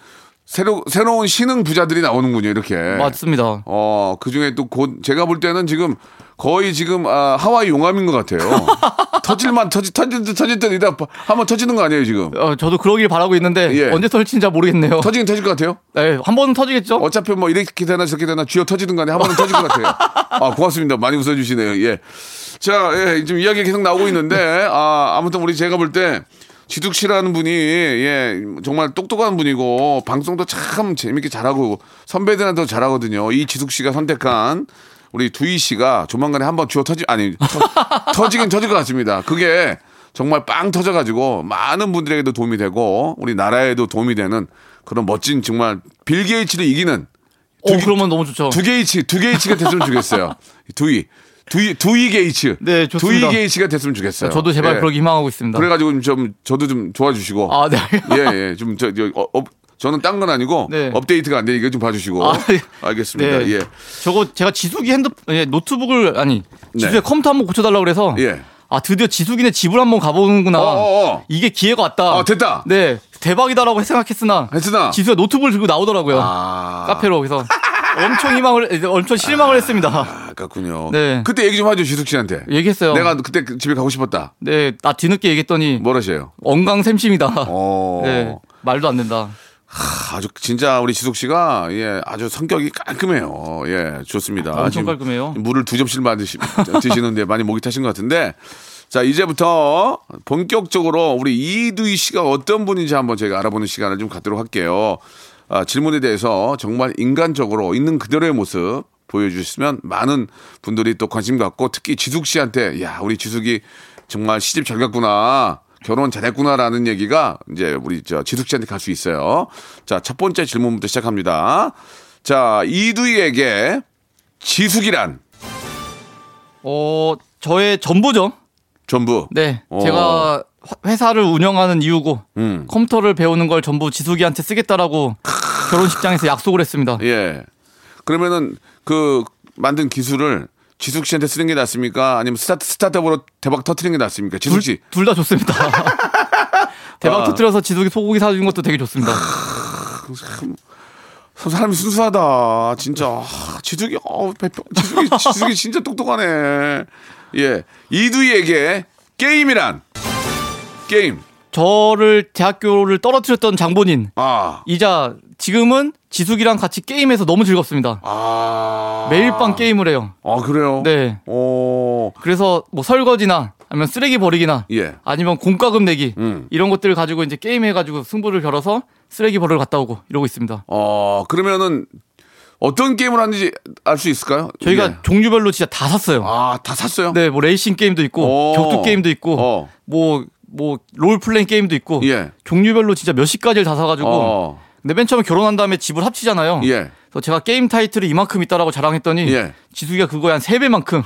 Speaker 3: 새로 새로운 신흥 부자들이 나오는군요, 이렇게.
Speaker 10: 맞습니다.
Speaker 3: 어, 그 중에 또 곧 제가 볼 때는 지금 거의 지금 아, 하와이 용암인 것
Speaker 10: (laughs)
Speaker 3: 같아요. 터질만 터지 터질 듯 터질 듯 이다 한번 터지는 거 아니에요 지금?
Speaker 10: 어, 저도 그러길 바라고 있는데
Speaker 3: 예.
Speaker 10: 언제 터질지는 잘 모르겠네요.
Speaker 3: 터지긴 터질 것 같아요.
Speaker 10: 네, 한 번은 터지겠죠?
Speaker 3: 어차피 뭐 이렇게 되나 저렇게 되나 쥐어 터지든 간에 한 번은 터질 것 같아요. 아 고맙습니다. 많이 웃어주시네요. 예. 자, 예, 지금 이야기 계속 나오고 있는데 아 아무튼 우리 제가 볼 때 지숙 씨라는 분이 예 정말 똑똑한 분이고 방송도 참 재밌게 잘하고 선배들한테도 잘하거든요. 이 지숙 씨가 선택한 우리 두희 씨가 조만간에 한번 쥐어 터지 아니 터, 터지긴 터질 것 같습니다. 그게 정말 빵 터져가지고 많은 분들에게도 도움이 되고 우리 나라에도 도움이 되는 그런 멋진 정말 빌 게이츠를 이기는
Speaker 10: 어, 그러면 너무 좋죠.
Speaker 3: 두 게이츠, 두 게이츠가 됐으면 좋겠어요. (laughs) 두이, 두이, 두이 게이츠.
Speaker 10: 네, 좋습니다.
Speaker 3: 두이 게이츠가 됐으면 좋겠어요.
Speaker 10: 저도 제발
Speaker 3: 예.
Speaker 10: 그러기 희망하고 있습니다.
Speaker 3: 그래가지고 좀 저도 좀 도와주시고.
Speaker 10: 아, 네.
Speaker 3: 예, 예. 좀 저, 저 어, 업- 저는 딴 건 아니고
Speaker 10: 네.
Speaker 3: 업데이트가 안 되니까 좀 봐주시고.
Speaker 10: 아, 예.
Speaker 3: 알겠습니다. 예.
Speaker 10: 저거 제가 지숙이 핸드 예, 노트북을 아니 지숙이
Speaker 3: 네.
Speaker 10: 컴퓨터 한번 고쳐달라 고 그래서
Speaker 3: 예.
Speaker 10: 아 드디어 지숙이네 집을 한번 가보는구나.
Speaker 3: 어, 어, 어.
Speaker 10: 이게 기회가 왔다.
Speaker 3: 아, 됐다.
Speaker 10: 네 대박이다라고 생각했으나
Speaker 3: 했으나.
Speaker 10: 지숙이 노트북을 들고 나오더라고요.
Speaker 3: 아.
Speaker 10: 카페로 그래서 엄청 희망을 이제 엄청 실망을 했습니다.
Speaker 3: 아깝군요.
Speaker 10: 네.
Speaker 3: 그때 얘기 좀 하죠, 지숙 씨한테.
Speaker 10: 얘기했어요.
Speaker 3: 내가 그때 그 집에 가고 싶었다.
Speaker 10: 네나 뒤늦게 얘기했더니
Speaker 3: 뭐라세요?
Speaker 10: 엉강샘심이다.
Speaker 3: 어.
Speaker 10: (laughs) 네 말도 안 된다.
Speaker 3: 아주 진짜 우리 지숙 씨가 예 아주 성격이 깔끔해요. 예 좋습니다.
Speaker 10: 아, 엄청
Speaker 3: 지금
Speaker 10: 깔끔해요.
Speaker 3: 물을 두 접시를 만드시, (laughs) 드시는데 많이 목이 타신 것 같은데 자 이제부터 본격적으로 우리 이두희 씨가 어떤 분인지 한번 저희가 알아보는 시간을 좀 갖도록 할게요. 아, 질문에 대해서 정말 인간적으로 있는 그대로의 모습 보여주시면 많은 분들이 또 관심 갖고 특히 지숙 씨한테 야 우리 지숙이 정말 시집 잘 갔구나. 결혼 잘했구나라는 얘기가 이제 우리 저 지숙 씨한테 갈 수 있어요. 자, 첫 번째 질문부터 시작합니다. 자, 이두희에게 지숙이란
Speaker 10: 어 저의 전부죠.
Speaker 3: 전부.
Speaker 10: 네
Speaker 3: 어.
Speaker 10: 제가 화- 회사를 운영하는 이유고
Speaker 3: 음.
Speaker 10: 컴퓨터를 배우는 걸 전부 지숙이한테 쓰겠다라고 결혼식장에서 약속을 했습니다.
Speaker 3: 예. 그러면은 그 만든 기술을 지숙 씨한테 쓰는 게 낫습니까? 아니면 스타트 스타트업으로 대박 터트리는 게 낫습니까? 지숙 씨.
Speaker 10: 둘
Speaker 3: (laughs)
Speaker 10: 다 좋습니다. 대박
Speaker 3: 아.
Speaker 10: 터트려서 지숙이 소고기 사준 것도 되게 좋습니다.
Speaker 3: 사람이 순수하다. 진짜.
Speaker 10: 네.
Speaker 3: 아, 지숙이 어, 배표- 지숙이 지숙이 진짜 똑똑하네. 예. 이두희에게 게임이란 게임.
Speaker 10: 저를 대학교를 떨어뜨렸던 장본인
Speaker 3: 아.
Speaker 10: 이자 지금은 지숙이랑 같이 게임해서 너무 즐겁습니다.
Speaker 3: 아.
Speaker 10: 매일 밤 게임을 해요.
Speaker 3: 아 그래요? 어.
Speaker 10: 네.
Speaker 3: 오.
Speaker 10: 그래서 뭐 설거지나 아니면 쓰레기 버리기나
Speaker 3: 예.
Speaker 10: 아니면 공과금 내기
Speaker 3: 음.
Speaker 10: 이런 것들을 가지고 이제 게임 해가지고 승부를 겨뤄서 쓰레기 버리러 갔다 오고 이러고 있습니다.
Speaker 3: 어 그러면은 어떤 게임을 하는지 알 수 있을까요?
Speaker 10: 저희가
Speaker 3: 예.
Speaker 10: 종류별로 진짜 다 샀어요.
Speaker 3: 아다 샀어요?
Speaker 10: 네, 뭐 레이싱 게임도 있고
Speaker 3: 오.
Speaker 10: 격투 게임도
Speaker 3: 어.
Speaker 10: 있고 뭐 뭐 롤플레잉 게임도 있고
Speaker 3: 예.
Speaker 10: 종류별로 진짜 몇십 가지를 다 사가지고
Speaker 3: 어.
Speaker 10: 근데 맨 처음에 결혼한 다음에 집을 합치잖아요.
Speaker 3: 예.
Speaker 10: 그래서 제가 게임 타이틀이 이만큼 있다라고 자랑했더니
Speaker 3: 예.
Speaker 10: 지숙이가 그거에 한 세
Speaker 3: (gasps)
Speaker 10: 배만큼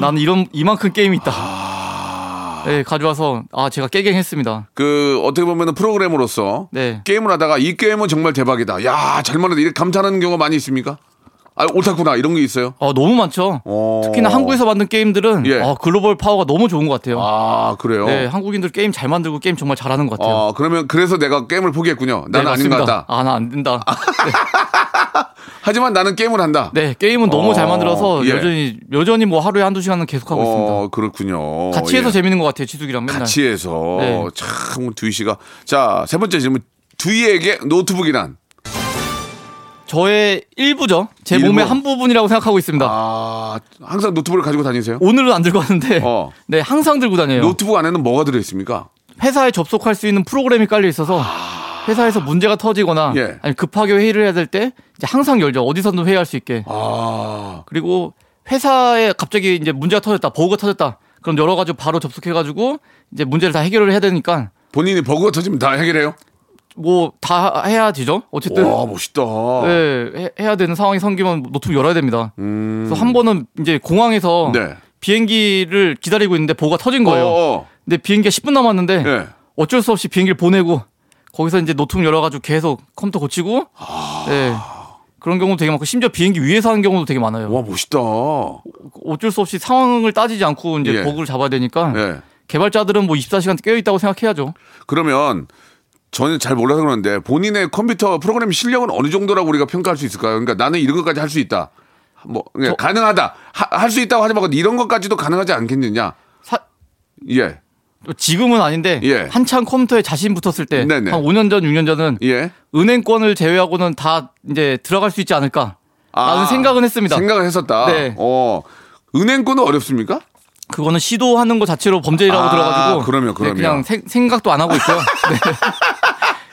Speaker 10: 나는 이런 이만큼 게임이 있다.
Speaker 3: 아.
Speaker 10: 네, 가져와서 아 제가 깨갱했습니다.
Speaker 3: 그 어떻게 보면은 프로그램으로서
Speaker 10: 네.
Speaker 3: 게임을 하다가 이 게임은 정말 대박이다. 야, 잘 만든다. 이렇게 감탄하는 경우가 많이 있습니까? 아, 옳다구나. 이런 게 있어요?
Speaker 10: 어, 너무 많죠.
Speaker 3: 오.
Speaker 10: 특히나 한국에서 만든 게임들은
Speaker 3: 예.
Speaker 10: 어, 글로벌 파워가 너무 좋은 것 같아요.
Speaker 3: 아, 그래요?
Speaker 10: 네, 한국인들 게임 잘 만들고 게임 정말 잘하는 것 같아요.
Speaker 3: 어, 그러면 그래서 내가 게임을 포기했군요.
Speaker 10: 네,
Speaker 3: 나는 아닌 것
Speaker 10: 맞습니다.
Speaker 3: 같다.
Speaker 10: 아, 나 안 된다.
Speaker 3: 하지만 나는 게임을 한다.
Speaker 10: 네, 게임은 너무
Speaker 3: 어,
Speaker 10: 잘 만들어서
Speaker 3: 예.
Speaker 10: 여전히 여전히 뭐 하루에 한두 시간은 계속하고
Speaker 3: 어,
Speaker 10: 있습니다.
Speaker 3: 그렇군요.
Speaker 10: 같이 해서
Speaker 3: 예.
Speaker 10: 재밌는 것 같아요, 지숙이랑 맨날.
Speaker 3: 같이 해서
Speaker 10: 네.
Speaker 3: 참 두희 씨가 자, 세 번째 질문. 두희에게 노트북이란
Speaker 10: 저의 일부죠. 제
Speaker 3: 일부.
Speaker 10: 몸의 한 부분이라고 생각하고 있습니다.
Speaker 3: 아, 항상 노트북을 가지고 다니세요?
Speaker 10: 오늘은 안 들고 왔는데,
Speaker 3: 어.
Speaker 10: 네, 항상 들고 다녀요.
Speaker 3: 노트북 안에는 뭐가 들어 있습니까?
Speaker 10: 회사에 접속할 수 있는 프로그램이 깔려 있어서 회사에서 문제가 터지거나
Speaker 3: 아. 예.
Speaker 10: 아니 급하게 회의를 해야 될 때 이제 항상 열죠. 어디서든 회의할 수
Speaker 3: 아.
Speaker 10: 있게. 그리고 회사에 갑자기 이제 문제가 터졌다. 버그가 터졌다. 그럼 여러 가지 바로 접속해 가지고 이제 문제를 다 해결을 해야 되니까
Speaker 3: 본인이 버그가 터지면 다 해결해요?
Speaker 10: 뭐 다 해야 되죠. 어쨌든
Speaker 3: 와뭐 멋있다.
Speaker 10: 네, 해, 야 되는 상황이 생기면 노트북 열어야 됩니다.
Speaker 3: 음.
Speaker 10: 그래서 한 번은 이제 공항에서
Speaker 3: 네.
Speaker 10: 비행기를 기다리고 있는데 보가 터진 거예요. 네.
Speaker 3: 어어.
Speaker 10: 근데 비행기가 10분 남았는데
Speaker 3: 예.
Speaker 10: 어쩔 수 없이 비행기를 보내고 거기서 이제 노트북 열어가지고 계속 컴퓨터 고치고
Speaker 3: 아.
Speaker 10: 예. 그런 경우도 되게 많고 심지어 비행기 위에서 하는 경우도 되게 많아요.
Speaker 3: 와 멋있다.
Speaker 10: 어쩔 수 없이 상황을 따지지 않고 이제
Speaker 3: 예.
Speaker 10: 보고를 잡아야 되니까
Speaker 3: 예.
Speaker 10: 개발자들은 뭐 24시간 깨어 있다고 생각해야죠.
Speaker 3: 그러면 저는 잘 몰라서 그러는데 본인의 컴퓨터 프로그램 실력은 어느 정도라고 우리가 평가할 수 있을까요? 그러니까 나는 이런 것까지 할 수 있다. 뭐 예,
Speaker 10: 저-
Speaker 3: 가능하다. 할 수 있다고 하지 말고 이런 것까지도 가능하지 않겠느냐?
Speaker 10: 사-
Speaker 3: 예.
Speaker 10: 지금은 아닌데
Speaker 3: 예.
Speaker 10: 한창 컴퓨터에 자신 붙었을 때 한
Speaker 3: 네네.
Speaker 10: 5년 전, 6년 전은
Speaker 3: 예.
Speaker 10: 은행권을 제외하고는 다 이제 들어갈 수 있지 않을까라는
Speaker 3: 아,
Speaker 10: 생각은 했습니다.
Speaker 3: 생각을 했었다.
Speaker 10: 네.
Speaker 3: 어. 은행권은 어렵습니까?
Speaker 10: 그거는 시도하는 것 자체로 범죄라고
Speaker 3: 아,
Speaker 10: 들어가지고 네,
Speaker 3: 그럼요, 그럼요.
Speaker 10: 그냥 생- 생각도 안
Speaker 3: (laughs)
Speaker 10: 하고 있어요. 네.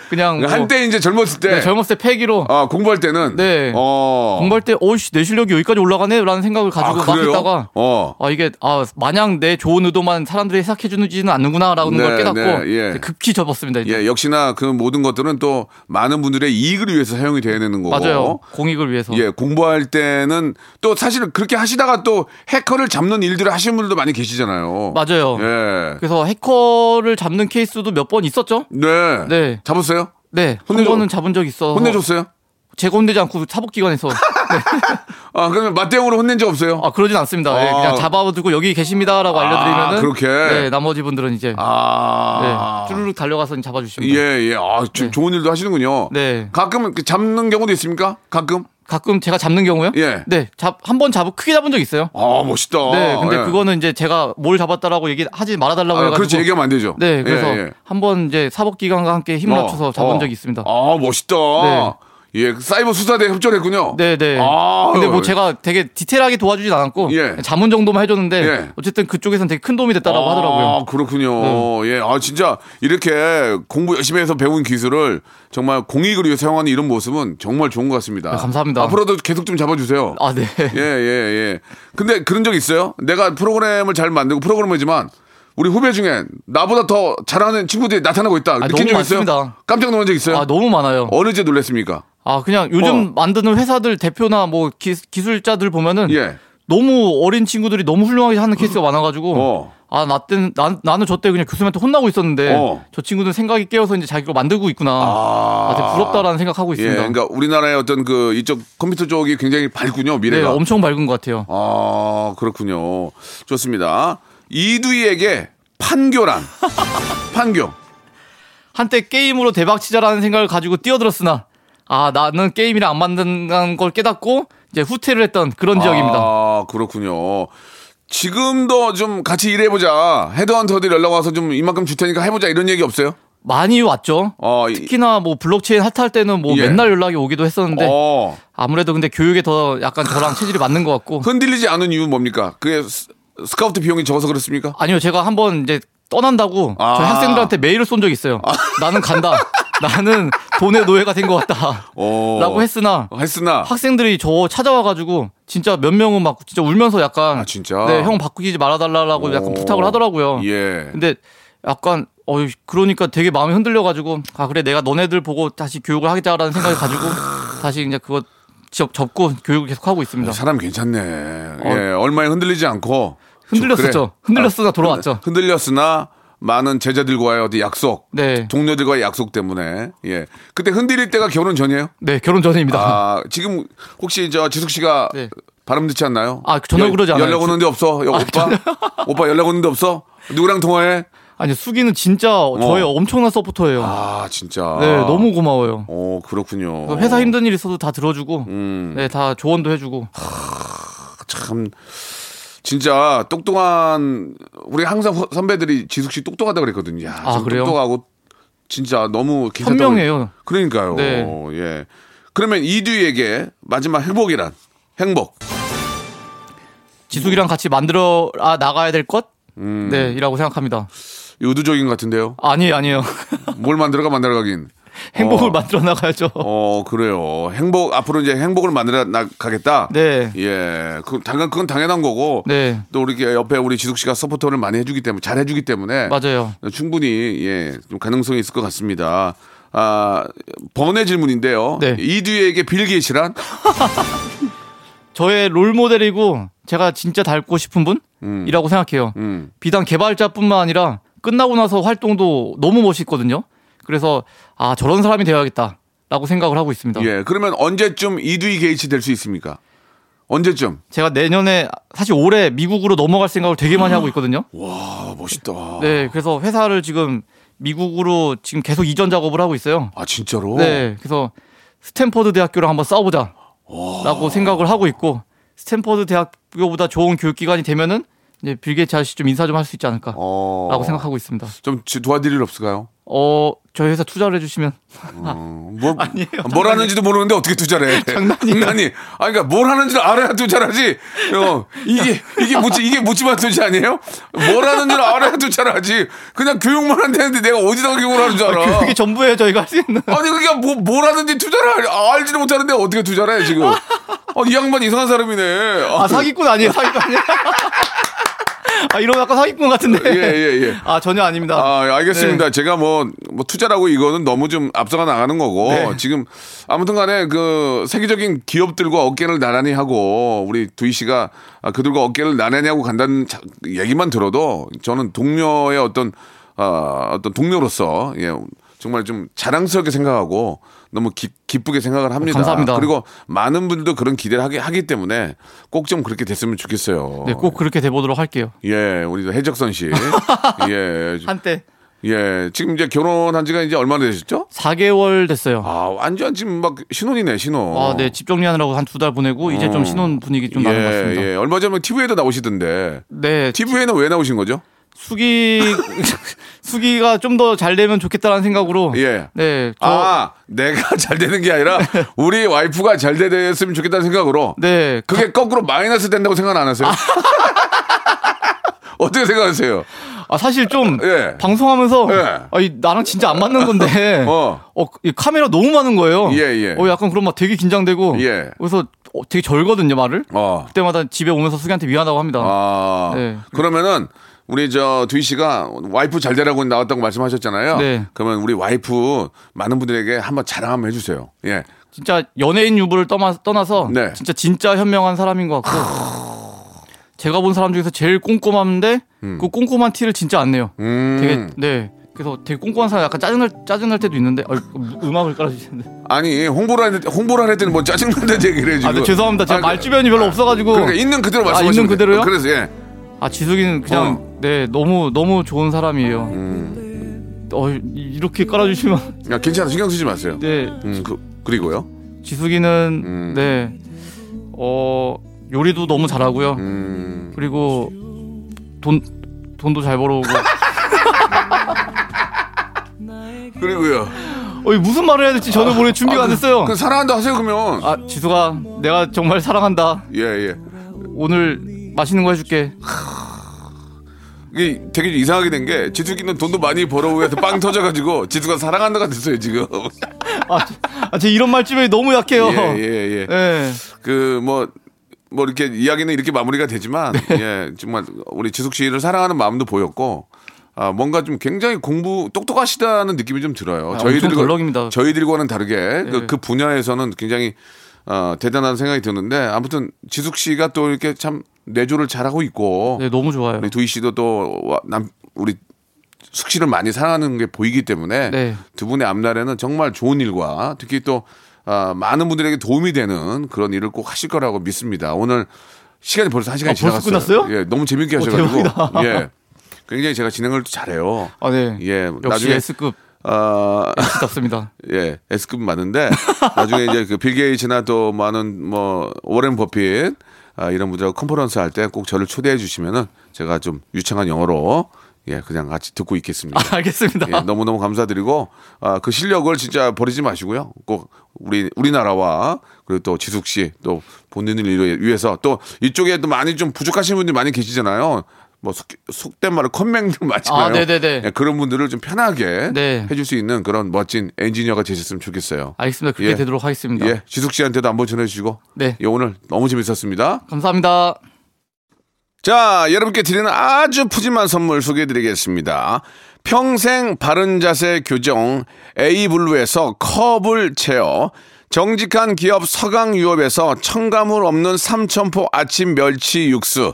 Speaker 10: 그냥 뭐
Speaker 3: 그러니까 한때 이제 젊었을 때
Speaker 10: 네, 젊었을 때 패기로
Speaker 3: 아, 공부할 때는
Speaker 10: 네.
Speaker 3: 어. 아,
Speaker 10: 공부할 때 오씨 내 실력이 여기까지 올라가네라는 생각을 가지고 막
Speaker 3: 그래요?
Speaker 10: 있다가
Speaker 3: 어.
Speaker 10: 아 이게 아 마냥 내 좋은 의도만 사람들이 해석해 주는지는 않는구나라는
Speaker 3: 네,
Speaker 10: 걸 깨닫고
Speaker 3: 네, 예.
Speaker 10: 이제 급히 접었습니다. 이제.
Speaker 3: 예, 역시나 그 모든 것들은 또 많은 분들의 이익을 위해서 사용이 돼야 되는 거고.
Speaker 10: 맞아요. 공익을 위해서.
Speaker 3: 예, 공부할 때는 또 사실 그렇게 하시다가 또 해커를 잡는 일들을 하시는 분들도 많이 계시잖아요.
Speaker 10: 맞아요.
Speaker 3: 예.
Speaker 10: 그래서 해커를 잡는 케이스도 몇 번 있었죠.
Speaker 3: 네.
Speaker 10: 네.
Speaker 3: 잡았어요?
Speaker 10: 네. 한
Speaker 3: 혼내줘-
Speaker 10: 번은 잡은 적 있어.
Speaker 3: 혼내줬어요?
Speaker 10: 제가 혼내지
Speaker 3: (laughs)
Speaker 10: 않고 사법기관에서
Speaker 3: 아, 그러면 맞대응으로 혼낸 적 없어요?
Speaker 10: 아 그러진 않습니다. 예,
Speaker 3: 아.
Speaker 10: 그냥 잡아두고 여기 계십니다라고 알려드리면은
Speaker 3: 그렇게?
Speaker 10: 네, 나머지 분들은 이제
Speaker 3: 아.
Speaker 10: 네, 쭈르륵 달려가서 이제 잡아주시면
Speaker 3: 예,
Speaker 10: 예.
Speaker 3: 예. 아, 좀
Speaker 10: 네.
Speaker 3: 좋은 일도 하시는군요.
Speaker 10: 네.
Speaker 3: 가끔 그 잡는 경우도 있습니까? 가끔?
Speaker 10: 가끔 제가 잡는 경우요?
Speaker 3: 예.
Speaker 10: 네, 잡 한 번 잡고 크게 잡은 적 있어요.
Speaker 3: 아, 멋있다.
Speaker 10: 네, 근데
Speaker 3: 예.
Speaker 10: 그거는 이제 제가 뭘 잡았다라고 얘기 하지 말아달라고
Speaker 3: 아,
Speaker 10: 해가지고
Speaker 3: 그렇지. 얘기하면 안 되죠.
Speaker 10: 네, 그래서
Speaker 3: 예, 예.
Speaker 10: 한 번 이제 사법기관과 함께 힘을
Speaker 3: 어,
Speaker 10: 합쳐서 잡은
Speaker 3: 어.
Speaker 10: 적이 있습니다.
Speaker 3: 아, 멋있다.
Speaker 10: 네.
Speaker 3: 예, 사이버 수사대 협조를 했군요.
Speaker 10: 네, 네.
Speaker 3: 아,
Speaker 10: 근데 뭐 제가 되게 디테일하게 도와주진 않았고
Speaker 3: 예.
Speaker 10: 자문 정도만 해줬는데
Speaker 3: 예.
Speaker 10: 어쨌든 그쪽에서는 되게 큰 도움이 됐다라고
Speaker 3: 아,
Speaker 10: 하더라고요. 네.
Speaker 3: 그렇군요. 예, 아 진짜 이렇게 공부 열심히 해서 배운 기술을 정말 공익을 위해 사용하는 이런 모습은 정말 좋은 것 같습니다.
Speaker 10: 네, 감사합니다.
Speaker 3: 앞으로도 계속 좀 잡아주세요.
Speaker 10: 아, 네.
Speaker 3: 예, 예, 예. 근데 그런 적 있어요? 내가 프로그램을 잘 만들고 프로그래머지만 우리 후배 중에 나보다 더 잘하는 친구들이 나타나고 있다. 느낀
Speaker 10: 아, 너무
Speaker 3: 적 있어요?
Speaker 10: 많습니다.
Speaker 3: 깜짝 놀란 적 있어요?
Speaker 10: 아, 너무 많아요.
Speaker 3: 어느제 놀랐습니까?
Speaker 10: 아 그냥
Speaker 3: 어.
Speaker 10: 요즘 만드는 회사들 대표나 뭐 기, 술자들 보면은
Speaker 3: 예.
Speaker 10: 너무 어린 친구들이 너무 훌륭하게 하는 케이스가 많아가지고
Speaker 3: 어.
Speaker 10: 아 나 때는 나, 나는 저 때 그냥 교수님한테 혼나고 있었는데
Speaker 3: 어.
Speaker 10: 저 친구는 생각이 깨어서 이제 자기가 만들고 있구나 아, 되게 부럽다라는 생각하고
Speaker 3: 예,
Speaker 10: 있습니다.
Speaker 3: 그러니까 우리나라의 어떤 그 이쪽 컴퓨터 쪽이 굉장히 밝군요,
Speaker 10: 네,
Speaker 3: 미래가.
Speaker 10: 엄청 밝은 것 같아요.
Speaker 3: 아 그렇군요. 좋습니다. 이두희에게
Speaker 10: (laughs)
Speaker 3: 판교란 판교.
Speaker 10: 한때 게임으로 대박치자라는 생각을 가지고 뛰어들었으나 아 나는 게임이랑 안 맞는 걸 깨닫고 이제 후퇴를 했던 그런 지역입니다.
Speaker 3: 아 그렇군요. 지금도 좀 같이 일해보자. 헤드헌터들 연락 와서 좀 이만큼 줄 테니까 해보자 이런 얘기 없어요?
Speaker 10: 많이 왔죠.
Speaker 3: 어, 이-
Speaker 10: 특히나 뭐 블록체인 핫할 때는 뭐
Speaker 3: 예.
Speaker 10: 맨날 연락이 오기도 했었는데
Speaker 3: 어,
Speaker 10: 아무래도 근데 교육에 더 약간 저랑 체질이 맞는 것 같고
Speaker 3: 흔들리지 않은 이유는 뭡니까? 그게 스- 스카우트 비용이 적어서 그렇습니까?
Speaker 10: 아니요 제가 한번 이제 떠난다고
Speaker 3: 아.
Speaker 10: 저희 학생들한테 메일을 쏜 적이 있어요 나는 간다 나는 돈의 노예가 된 것 같다
Speaker 3: 어,
Speaker 10: 라고 했으나
Speaker 3: 했으나
Speaker 10: 학생들이 저 찾아와가지고 진짜 몇 명은 막 진짜 울면서 약간
Speaker 3: 아, 진짜?
Speaker 10: 네, 형 바꾸지 말아달라고 약간
Speaker 3: 오.
Speaker 10: 부탁을 하더라고요
Speaker 3: 예.
Speaker 10: 근데 약간 어 그러니까 되게 마음이 흔들려가지고 아 그래 내가 너네들 보고 다시 교육을 하겠다라는 생각을 가지고 다시 이제 그거 접, 접고 교육을 계속 하고 있습니다
Speaker 3: 사람 괜찮네. 예, 얼마에 흔들리지 않고
Speaker 10: 어. 흔들렸었죠. 흔들렸으나 돌아왔죠.
Speaker 3: 흔들렸으나 많은 제자들과의 어디 약속,
Speaker 10: 네.
Speaker 3: 동료들과의 약속 때문에 예. 그때 흔들릴 때가 결혼 전이에요?
Speaker 10: 네, 결혼 전입니다.
Speaker 3: 아 지금 혹시 저 지숙 씨가
Speaker 10: 네.
Speaker 3: 바람 듣지 않나요?
Speaker 10: 아, 전혀
Speaker 3: 연-
Speaker 10: 그러지 않아요.
Speaker 3: 연락 오는데 없어, 여, 오빠. 오빠 연락 오는데 없어. 누구랑 통화해?
Speaker 10: 아. 니 수기는 진짜 저의 엄청난 서포터예요.
Speaker 3: 아 진짜.
Speaker 10: 네, 너무 고마워요.
Speaker 3: 어 그렇군요.
Speaker 10: 회사 힘든 일 있어도 다 들어주고,
Speaker 3: 음.
Speaker 10: 네, 다 조언도 해주고.
Speaker 3: 참 진짜 똑똑한 우리 항상 후- 선배들이 지숙 씨 똑똑하다 그랬거든요. 야,
Speaker 10: 아,
Speaker 3: 참
Speaker 10: 그래요?
Speaker 3: 똑똑하고 진짜 너무 괜찮다고
Speaker 10: 현명해요.
Speaker 3: 그러니까요.
Speaker 10: 네.
Speaker 3: 예. 그러면 이두에게 마지막 행복이란 행복.
Speaker 10: 음. 지숙이랑 같이 만들어 아, 나가야 될 것? 네, 이라고 생각합니다.
Speaker 3: 의도적인 것 같은데요.
Speaker 10: 아니 아니에요. (laughs)
Speaker 3: 뭘 만들어가 만들어가긴.
Speaker 10: 행복을
Speaker 3: 어.
Speaker 10: 만들어 나가야죠.
Speaker 3: 어 그래요. 행복 앞으로 이제 행복을 만들어 나가겠다.
Speaker 10: 네.
Speaker 3: 예, 그 당연 그건 당연한 거고.
Speaker 10: 네.
Speaker 3: 또 우리 이렇게 옆에 우리 지숙 씨가 서포터를 많이 해주기 때문에 잘 해주기 때문에
Speaker 10: 맞아요.
Speaker 3: 충분히 예좀 가능성이 있을 것 같습니다. 아 번외 질문인데요.
Speaker 10: 네.
Speaker 3: 이두에게 빌 게이츠란?
Speaker 10: 저의 롤 모델이고 제가 진짜 닮고 싶은 분이라고 생각해요.
Speaker 3: 음.
Speaker 10: 비단 개발자뿐만 아니라 끝나고 나서 활동도 너무 멋있거든요. 그래서 아 저런 사람이 되어야겠다라고 생각을 하고 있습니다.
Speaker 3: 예. 그러면 언제쯤 이두이 게이츠 될 수 있습니까? 언제쯤?
Speaker 10: 제가 내년에 사실 올해 미국으로 넘어갈 생각을 되게 많이 하고 있거든요.
Speaker 3: (gasps) 와 멋있다.
Speaker 10: 네, 그래서 회사를 지금 미국으로 지금 계속 이전 작업을 하고 있어요.
Speaker 3: 아 진짜로?
Speaker 10: 네, 그래서 스탠퍼드 대학교랑 한번 싸워보자. 라고 생각을 하고 있고 스탠퍼드 대학교보다 좋은 교육기관이 되면은 이제 빌게이츠 아저씨 좀 인사 좀 할 수 있지 않을까라고
Speaker 3: 어.
Speaker 10: 생각하고 있습니다.
Speaker 3: 좀 지- 도와드릴 일 없을까요?
Speaker 10: 어 저희 회사 투자를 해주시면
Speaker 3: (laughs) 뭐, 뭘 하는지도 모르는데 어떻게 투자를 해? 장난이. (laughs) 아니, 그러니까 뭘 하는지를 알아야 투자를 하지. 어, 이게, 이게 묻지, 이게 묻지마 투자 아니에요? 뭘 하는지를 알아야 투자를 하지. 그냥 교육만 한다는데 내가 어디다가 교육을 하는 줄 알아.
Speaker 10: 그게 전부예요 저희가 할 수 있는.
Speaker 3: 아니, 그러니까 뭐, 뭘 하는지 투자를 알, 알지도 못하는데 어떻게 투자를 해, 지금. 아, 이 양반 이상한 사람이네.
Speaker 10: 아 사기꾼 아니에요 사기꾼 아니에요. (laughs) 아 이러면 약간 사기꾼 같은데.
Speaker 3: 예, 예, 예.
Speaker 10: 아 전혀 아닙니다.
Speaker 3: 아, 알겠습니다.
Speaker 10: 네.
Speaker 3: 제가 뭐, 뭐 투자라고 이거는 너무 좀 앞서가 나가는 거고
Speaker 10: 네.
Speaker 3: 지금 아무튼 간에 그 세계적인 기업들과 어깨를 나란히 하고 우리 두희 씨가 아, 그들과 어깨를 나란히 하고 간다는 자- 얘기만 들어도 저는 동료의 어떤 아, 어떤 동료로서 예, 정말 좀 자랑스럽게 생각하고 너무 기, 기쁘게 생각을 합니다.
Speaker 10: 감사합니다.
Speaker 3: 그리고 많은 분들도 그런 기대를 하기, 하기 때문에 꼭 좀 그렇게 됐으면 좋겠어요.
Speaker 10: 네, 꼭 그렇게 돼보도록 할게요.
Speaker 3: 예, 우리 해적선
Speaker 10: (laughs)
Speaker 3: 씨. 예,
Speaker 10: 한때
Speaker 3: 예, 지금 이제 결혼한 지가 이제 얼마나 되셨죠?
Speaker 10: 4개월 됐어요.
Speaker 3: 아, 완전 지금 막 신혼이네, 신혼.
Speaker 10: 아, 네, 집 정리하느라고 한 두 달 보내고 이제 좀 신혼 분위기 좀 나는
Speaker 3: 음.
Speaker 10: 것
Speaker 3: 예,
Speaker 10: 같습니다.
Speaker 3: 예. 얼마 전에 TV에도 나오시던데.
Speaker 10: 네,
Speaker 3: TV에는 왜 나오신 거죠?
Speaker 10: (laughs) 수기 수기가 좀 더 잘 되면 좋겠다라는 생각으로.
Speaker 3: 예.
Speaker 10: 네, 저-
Speaker 3: 아, 내가 (laughs) 잘 되는 게
Speaker 10: (laughs)
Speaker 3: 아니라 우리 와이프가 잘 되었으면 좋겠다는 생각으로.
Speaker 10: 네, 그-
Speaker 3: 그게 거꾸로 마이너스 된다고 생각 안
Speaker 10: (laughs)
Speaker 3: 하세요? 어떻게 생각하세요?
Speaker 10: 아, 사실 좀
Speaker 3: 예.
Speaker 10: 방송하면서
Speaker 3: 예.
Speaker 10: 아, 이, 나랑 진짜 안 맞는 건데.
Speaker 3: (laughs) 어.
Speaker 10: 어, 이 카메라 너무 많은 거예요.
Speaker 3: 예, 예.
Speaker 10: 어, 약간 그런 막 되게 긴장되고.
Speaker 3: 예.
Speaker 10: 그래서 어, 되게 절거든요 말을.
Speaker 3: 어.
Speaker 10: 그때마다 집에 오면서 수기한테 미안하다고 합니다.
Speaker 3: 아.
Speaker 10: 네.
Speaker 3: 그러면은 우리 저 두희 씨가 와이프 잘 되라고 나왔다고 말씀하셨잖아요.
Speaker 10: 네.
Speaker 3: 그러면 우리 와이프 많은 분들에게 한번 자랑 한번 해주세요. 예.
Speaker 10: 진짜 연예인 유부를 떠나, 떠나서
Speaker 3: 네. 아.
Speaker 10: 진짜 진짜 현명한 사람인 것 같고 제가 본 사람 중에서 제일 꼼꼼한데 그 꼼꼼한 티를 진짜 안 내요. 되게
Speaker 3: 음.
Speaker 10: 네. 그래서 되게 꼼꼼한 사람 약간 짜증날 짜증날 때도 있는데 어, 음- 음악을 깔아주시는데
Speaker 3: 아니 홍보를 할 때, 홍보를 할 때는 뭐 짜증난다는 얘기를 해주고.
Speaker 10: 아 네, 죄송합니다 제가
Speaker 3: 아, 그-
Speaker 10: 말 주변이 별로 없어가지고
Speaker 3: 그러니까 있는 그대로
Speaker 10: 아,
Speaker 3: 말씀하시면
Speaker 10: 있는
Speaker 3: 돼요.
Speaker 10: 그대로요?
Speaker 3: 그래서 예.
Speaker 10: 아 지숙이는 그냥
Speaker 3: 어.
Speaker 10: 네 너무 너무 좋은 사람이에요. 어 이- 이렇게 깔아주시면
Speaker 3: 음.
Speaker 10: (laughs)
Speaker 3: 야, 괜찮아 신경 쓰지 마세요.
Speaker 10: 네
Speaker 3: 음, 그, 그리고요.
Speaker 10: 지숙이는 네,
Speaker 3: 음.
Speaker 10: 네어 요리도 너무 잘하고요.
Speaker 3: 음.
Speaker 10: 그리고 돈 돈도 잘 벌어오고. (laughs)
Speaker 3: 그리고요.
Speaker 10: 어이 무슨 말을 해야 될지 저도 모르게 준비가 안 됐어요.
Speaker 3: 그 사랑한다 하세요 그러면.
Speaker 10: 아 지수가 내가 정말 사랑한다.
Speaker 3: 예 예.
Speaker 10: 오늘 맛있는 거 해줄게.
Speaker 3: 이게 되게 이상하게 된 게 지수기는 돈도 많이 벌어오고 해서 빵 터져가지고 지수가 사랑한다가 됐어요
Speaker 10: (laughs)
Speaker 3: 지금.
Speaker 10: 아, 제- 아, 제 이런 말집에 너무 약해요.
Speaker 3: 예
Speaker 10: (laughs)
Speaker 3: 예, 예.
Speaker 10: 예.
Speaker 3: 그 뭐 뭐 이렇게 이야기는 이렇게 마무리가 되지만
Speaker 10: 네.
Speaker 3: 예 정말 우리 지숙 씨를 사랑하는 마음도 보였고 아 뭔가 좀 굉장히 공부 똑똑하시다는 느낌이 좀 들어요.
Speaker 10: 아, 엄청 덜렁입니다.
Speaker 3: 저희들과는 다르게 그,
Speaker 10: 예.
Speaker 3: 그 분야에서는 굉장히 어, 대단한 생각이 드는데 아무튼 지숙 씨가 또 이렇게 참 내조를 잘하고 있고
Speaker 10: 네 너무 좋아요.
Speaker 3: 우리 두희 씨도 또 남 우리 숙 씨를 많이 사랑하는 게 보이기 때문에
Speaker 10: 네.
Speaker 3: 두 분의 앞날에는 정말 좋은 일과 특히 또 아, 많은 분들에게 도움이 되는 그런 일을 꼭 하실 거라고 믿습니다. 오늘 시간이 벌써 한 시간이
Speaker 10: 아, 벌써
Speaker 3: 지나갔어요.
Speaker 10: 끝났어요?
Speaker 3: 예, 너무 재밌게
Speaker 10: 어,
Speaker 3: 하셔가지고
Speaker 10: 대박이다.
Speaker 3: 예, 굉장히 제가 진행을 또 잘해요.
Speaker 10: 아 네.
Speaker 3: 예,
Speaker 10: 역시
Speaker 3: 나중에-
Speaker 10: S급
Speaker 3: 아,
Speaker 10: 답습니다.
Speaker 3: 예, S급 맞는데 나중에 이제 그 빌게이츠나 또 많은 뭐 워렌 버핏 아, 이런 분들하고 컨퍼런스 할 때 꼭 저를 초대해 주시면은 제가 좀 유창한 영어로 예, 그냥 같이 듣고 있겠습니다.
Speaker 10: 아, (laughs) 알겠습니다.
Speaker 3: 예, 너무너무 감사드리고 아, 그 실력을 진짜 버리지 마시고요. 꼭 우리 우리나라와 그리고 또 지숙 씨 또 본인을 위해- 위해서 또 이쪽에 또 많이 좀 부족하신 분들이 많이 계시잖아요. 뭐 속, 속된 말로 컴맹들 많잖아요.
Speaker 10: 아, 네네네.
Speaker 3: 예, 그런 분들을 좀 편하게
Speaker 10: 네.
Speaker 3: 해줄 수 있는 그런 멋진 엔지니어가 되셨으면 좋겠어요.
Speaker 10: 알겠습니다. 그렇게
Speaker 3: 예.
Speaker 10: 되도록 하겠습니다.
Speaker 3: 예, 지숙 씨한테도 한번 전해주시고.
Speaker 10: 네.
Speaker 3: 예, 오늘 너무 재밌었습니다.
Speaker 10: 감사합니다.
Speaker 3: 자, 여러분께 드리는 아주 푸짐한 선물 소개해드리겠습니다. 평생 바른 자세 교정 에이블루에서 컵을 채워 정직한 기업 서강유업에서 첨가물 없는 삼천포 아침 멸치 육수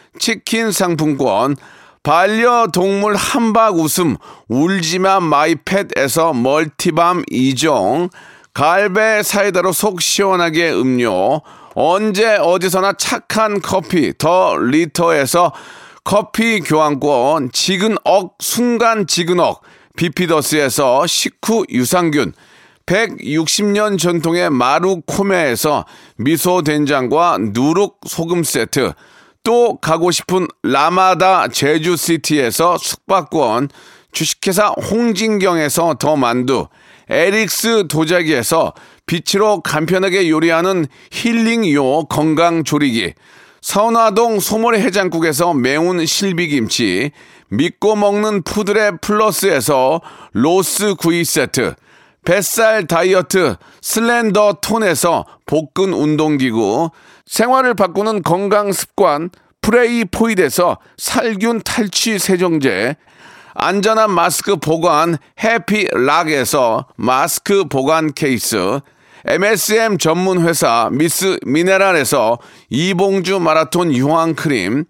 Speaker 3: 치킨 상품권, 반려동물 함박 웃음 울지마 마이펫에서 멀티밤 2종, 갈배 사이다로 속 시원하게 음료, 언제 어디서나 착한 커피 더 리터에서 커피 교환권, 지근억 순간 지근억, 비피더스에서 식후 유산균, 160년 전통의 마루코메에서 미소 된장과 누룩 소금 세트, 또 가고 싶은 라마다 제주시티에서 숙박권, 주식회사 홍진경에서 더 만두, 에릭스 도자기에서 빛으로 간편하게 요리하는 힐링요 건강조리기, 선화동 소머리 해장국에서 매운 실비김치, 믿고 먹는 푸드의 플러스에서 로스 구이 세트, 뱃살 다이어트 슬렌더 톤에서 복근 운동기구, 생활을 바꾸는 건강 습관 프레이 포이드에서 살균 탈취 세정제, 안전한 마스크 보관 해피락에서 마스크 보관 케이스, MSM 전문 회사 미스 미네랄에서 이봉주 마라톤 유황 크림,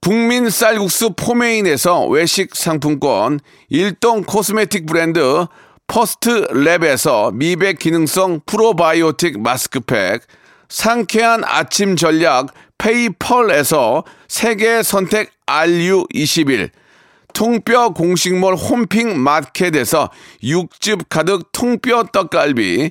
Speaker 3: 국민 쌀국수 포메인에서 외식 상품권, 일동 코스메틱 브랜드 퍼스트 랩에서 미백 기능성 프로바이오틱 마스크팩, 상쾌한 아침 전략 페이펄에서 세계 선택 RU21, 통뼈 공식몰 홈핑 마켓에서 육즙 가득 통뼈 떡갈비,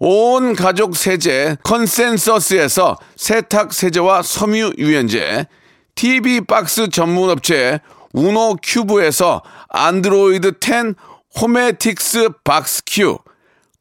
Speaker 3: 온 가족 세제 컨센서스에서 세탁 세제와 섬유 유연제, TV 박스 전문 업체 우노 큐브에서 안드로이드 10 호메틱스 박스 큐,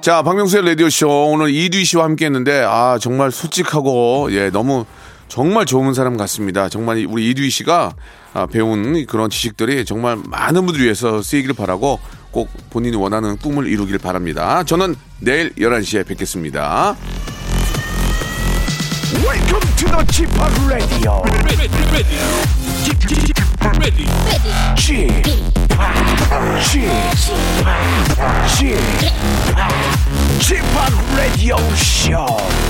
Speaker 3: 자, 박명수의 라디오쇼 오늘 이두희 씨와 함께 했는데, 아, 정말 솔직하고, 예, 너무, 정말 좋은 사람 같습니다. 정말 이- 우리 이두희 씨가 아, 배운 그런 지식들이 정말 많은 분들 위해서 쓰이길 바라고 꼭 본인이 원하는 꿈을 이루길 바랍니다. 저는 내일 11시에 뵙겠습니다.
Speaker 1: Welcome to the Chip Radio.
Speaker 2: Ready, ready, Get, get, get ready.
Speaker 1: Chip, Chip, Chip, Chip Radio Show.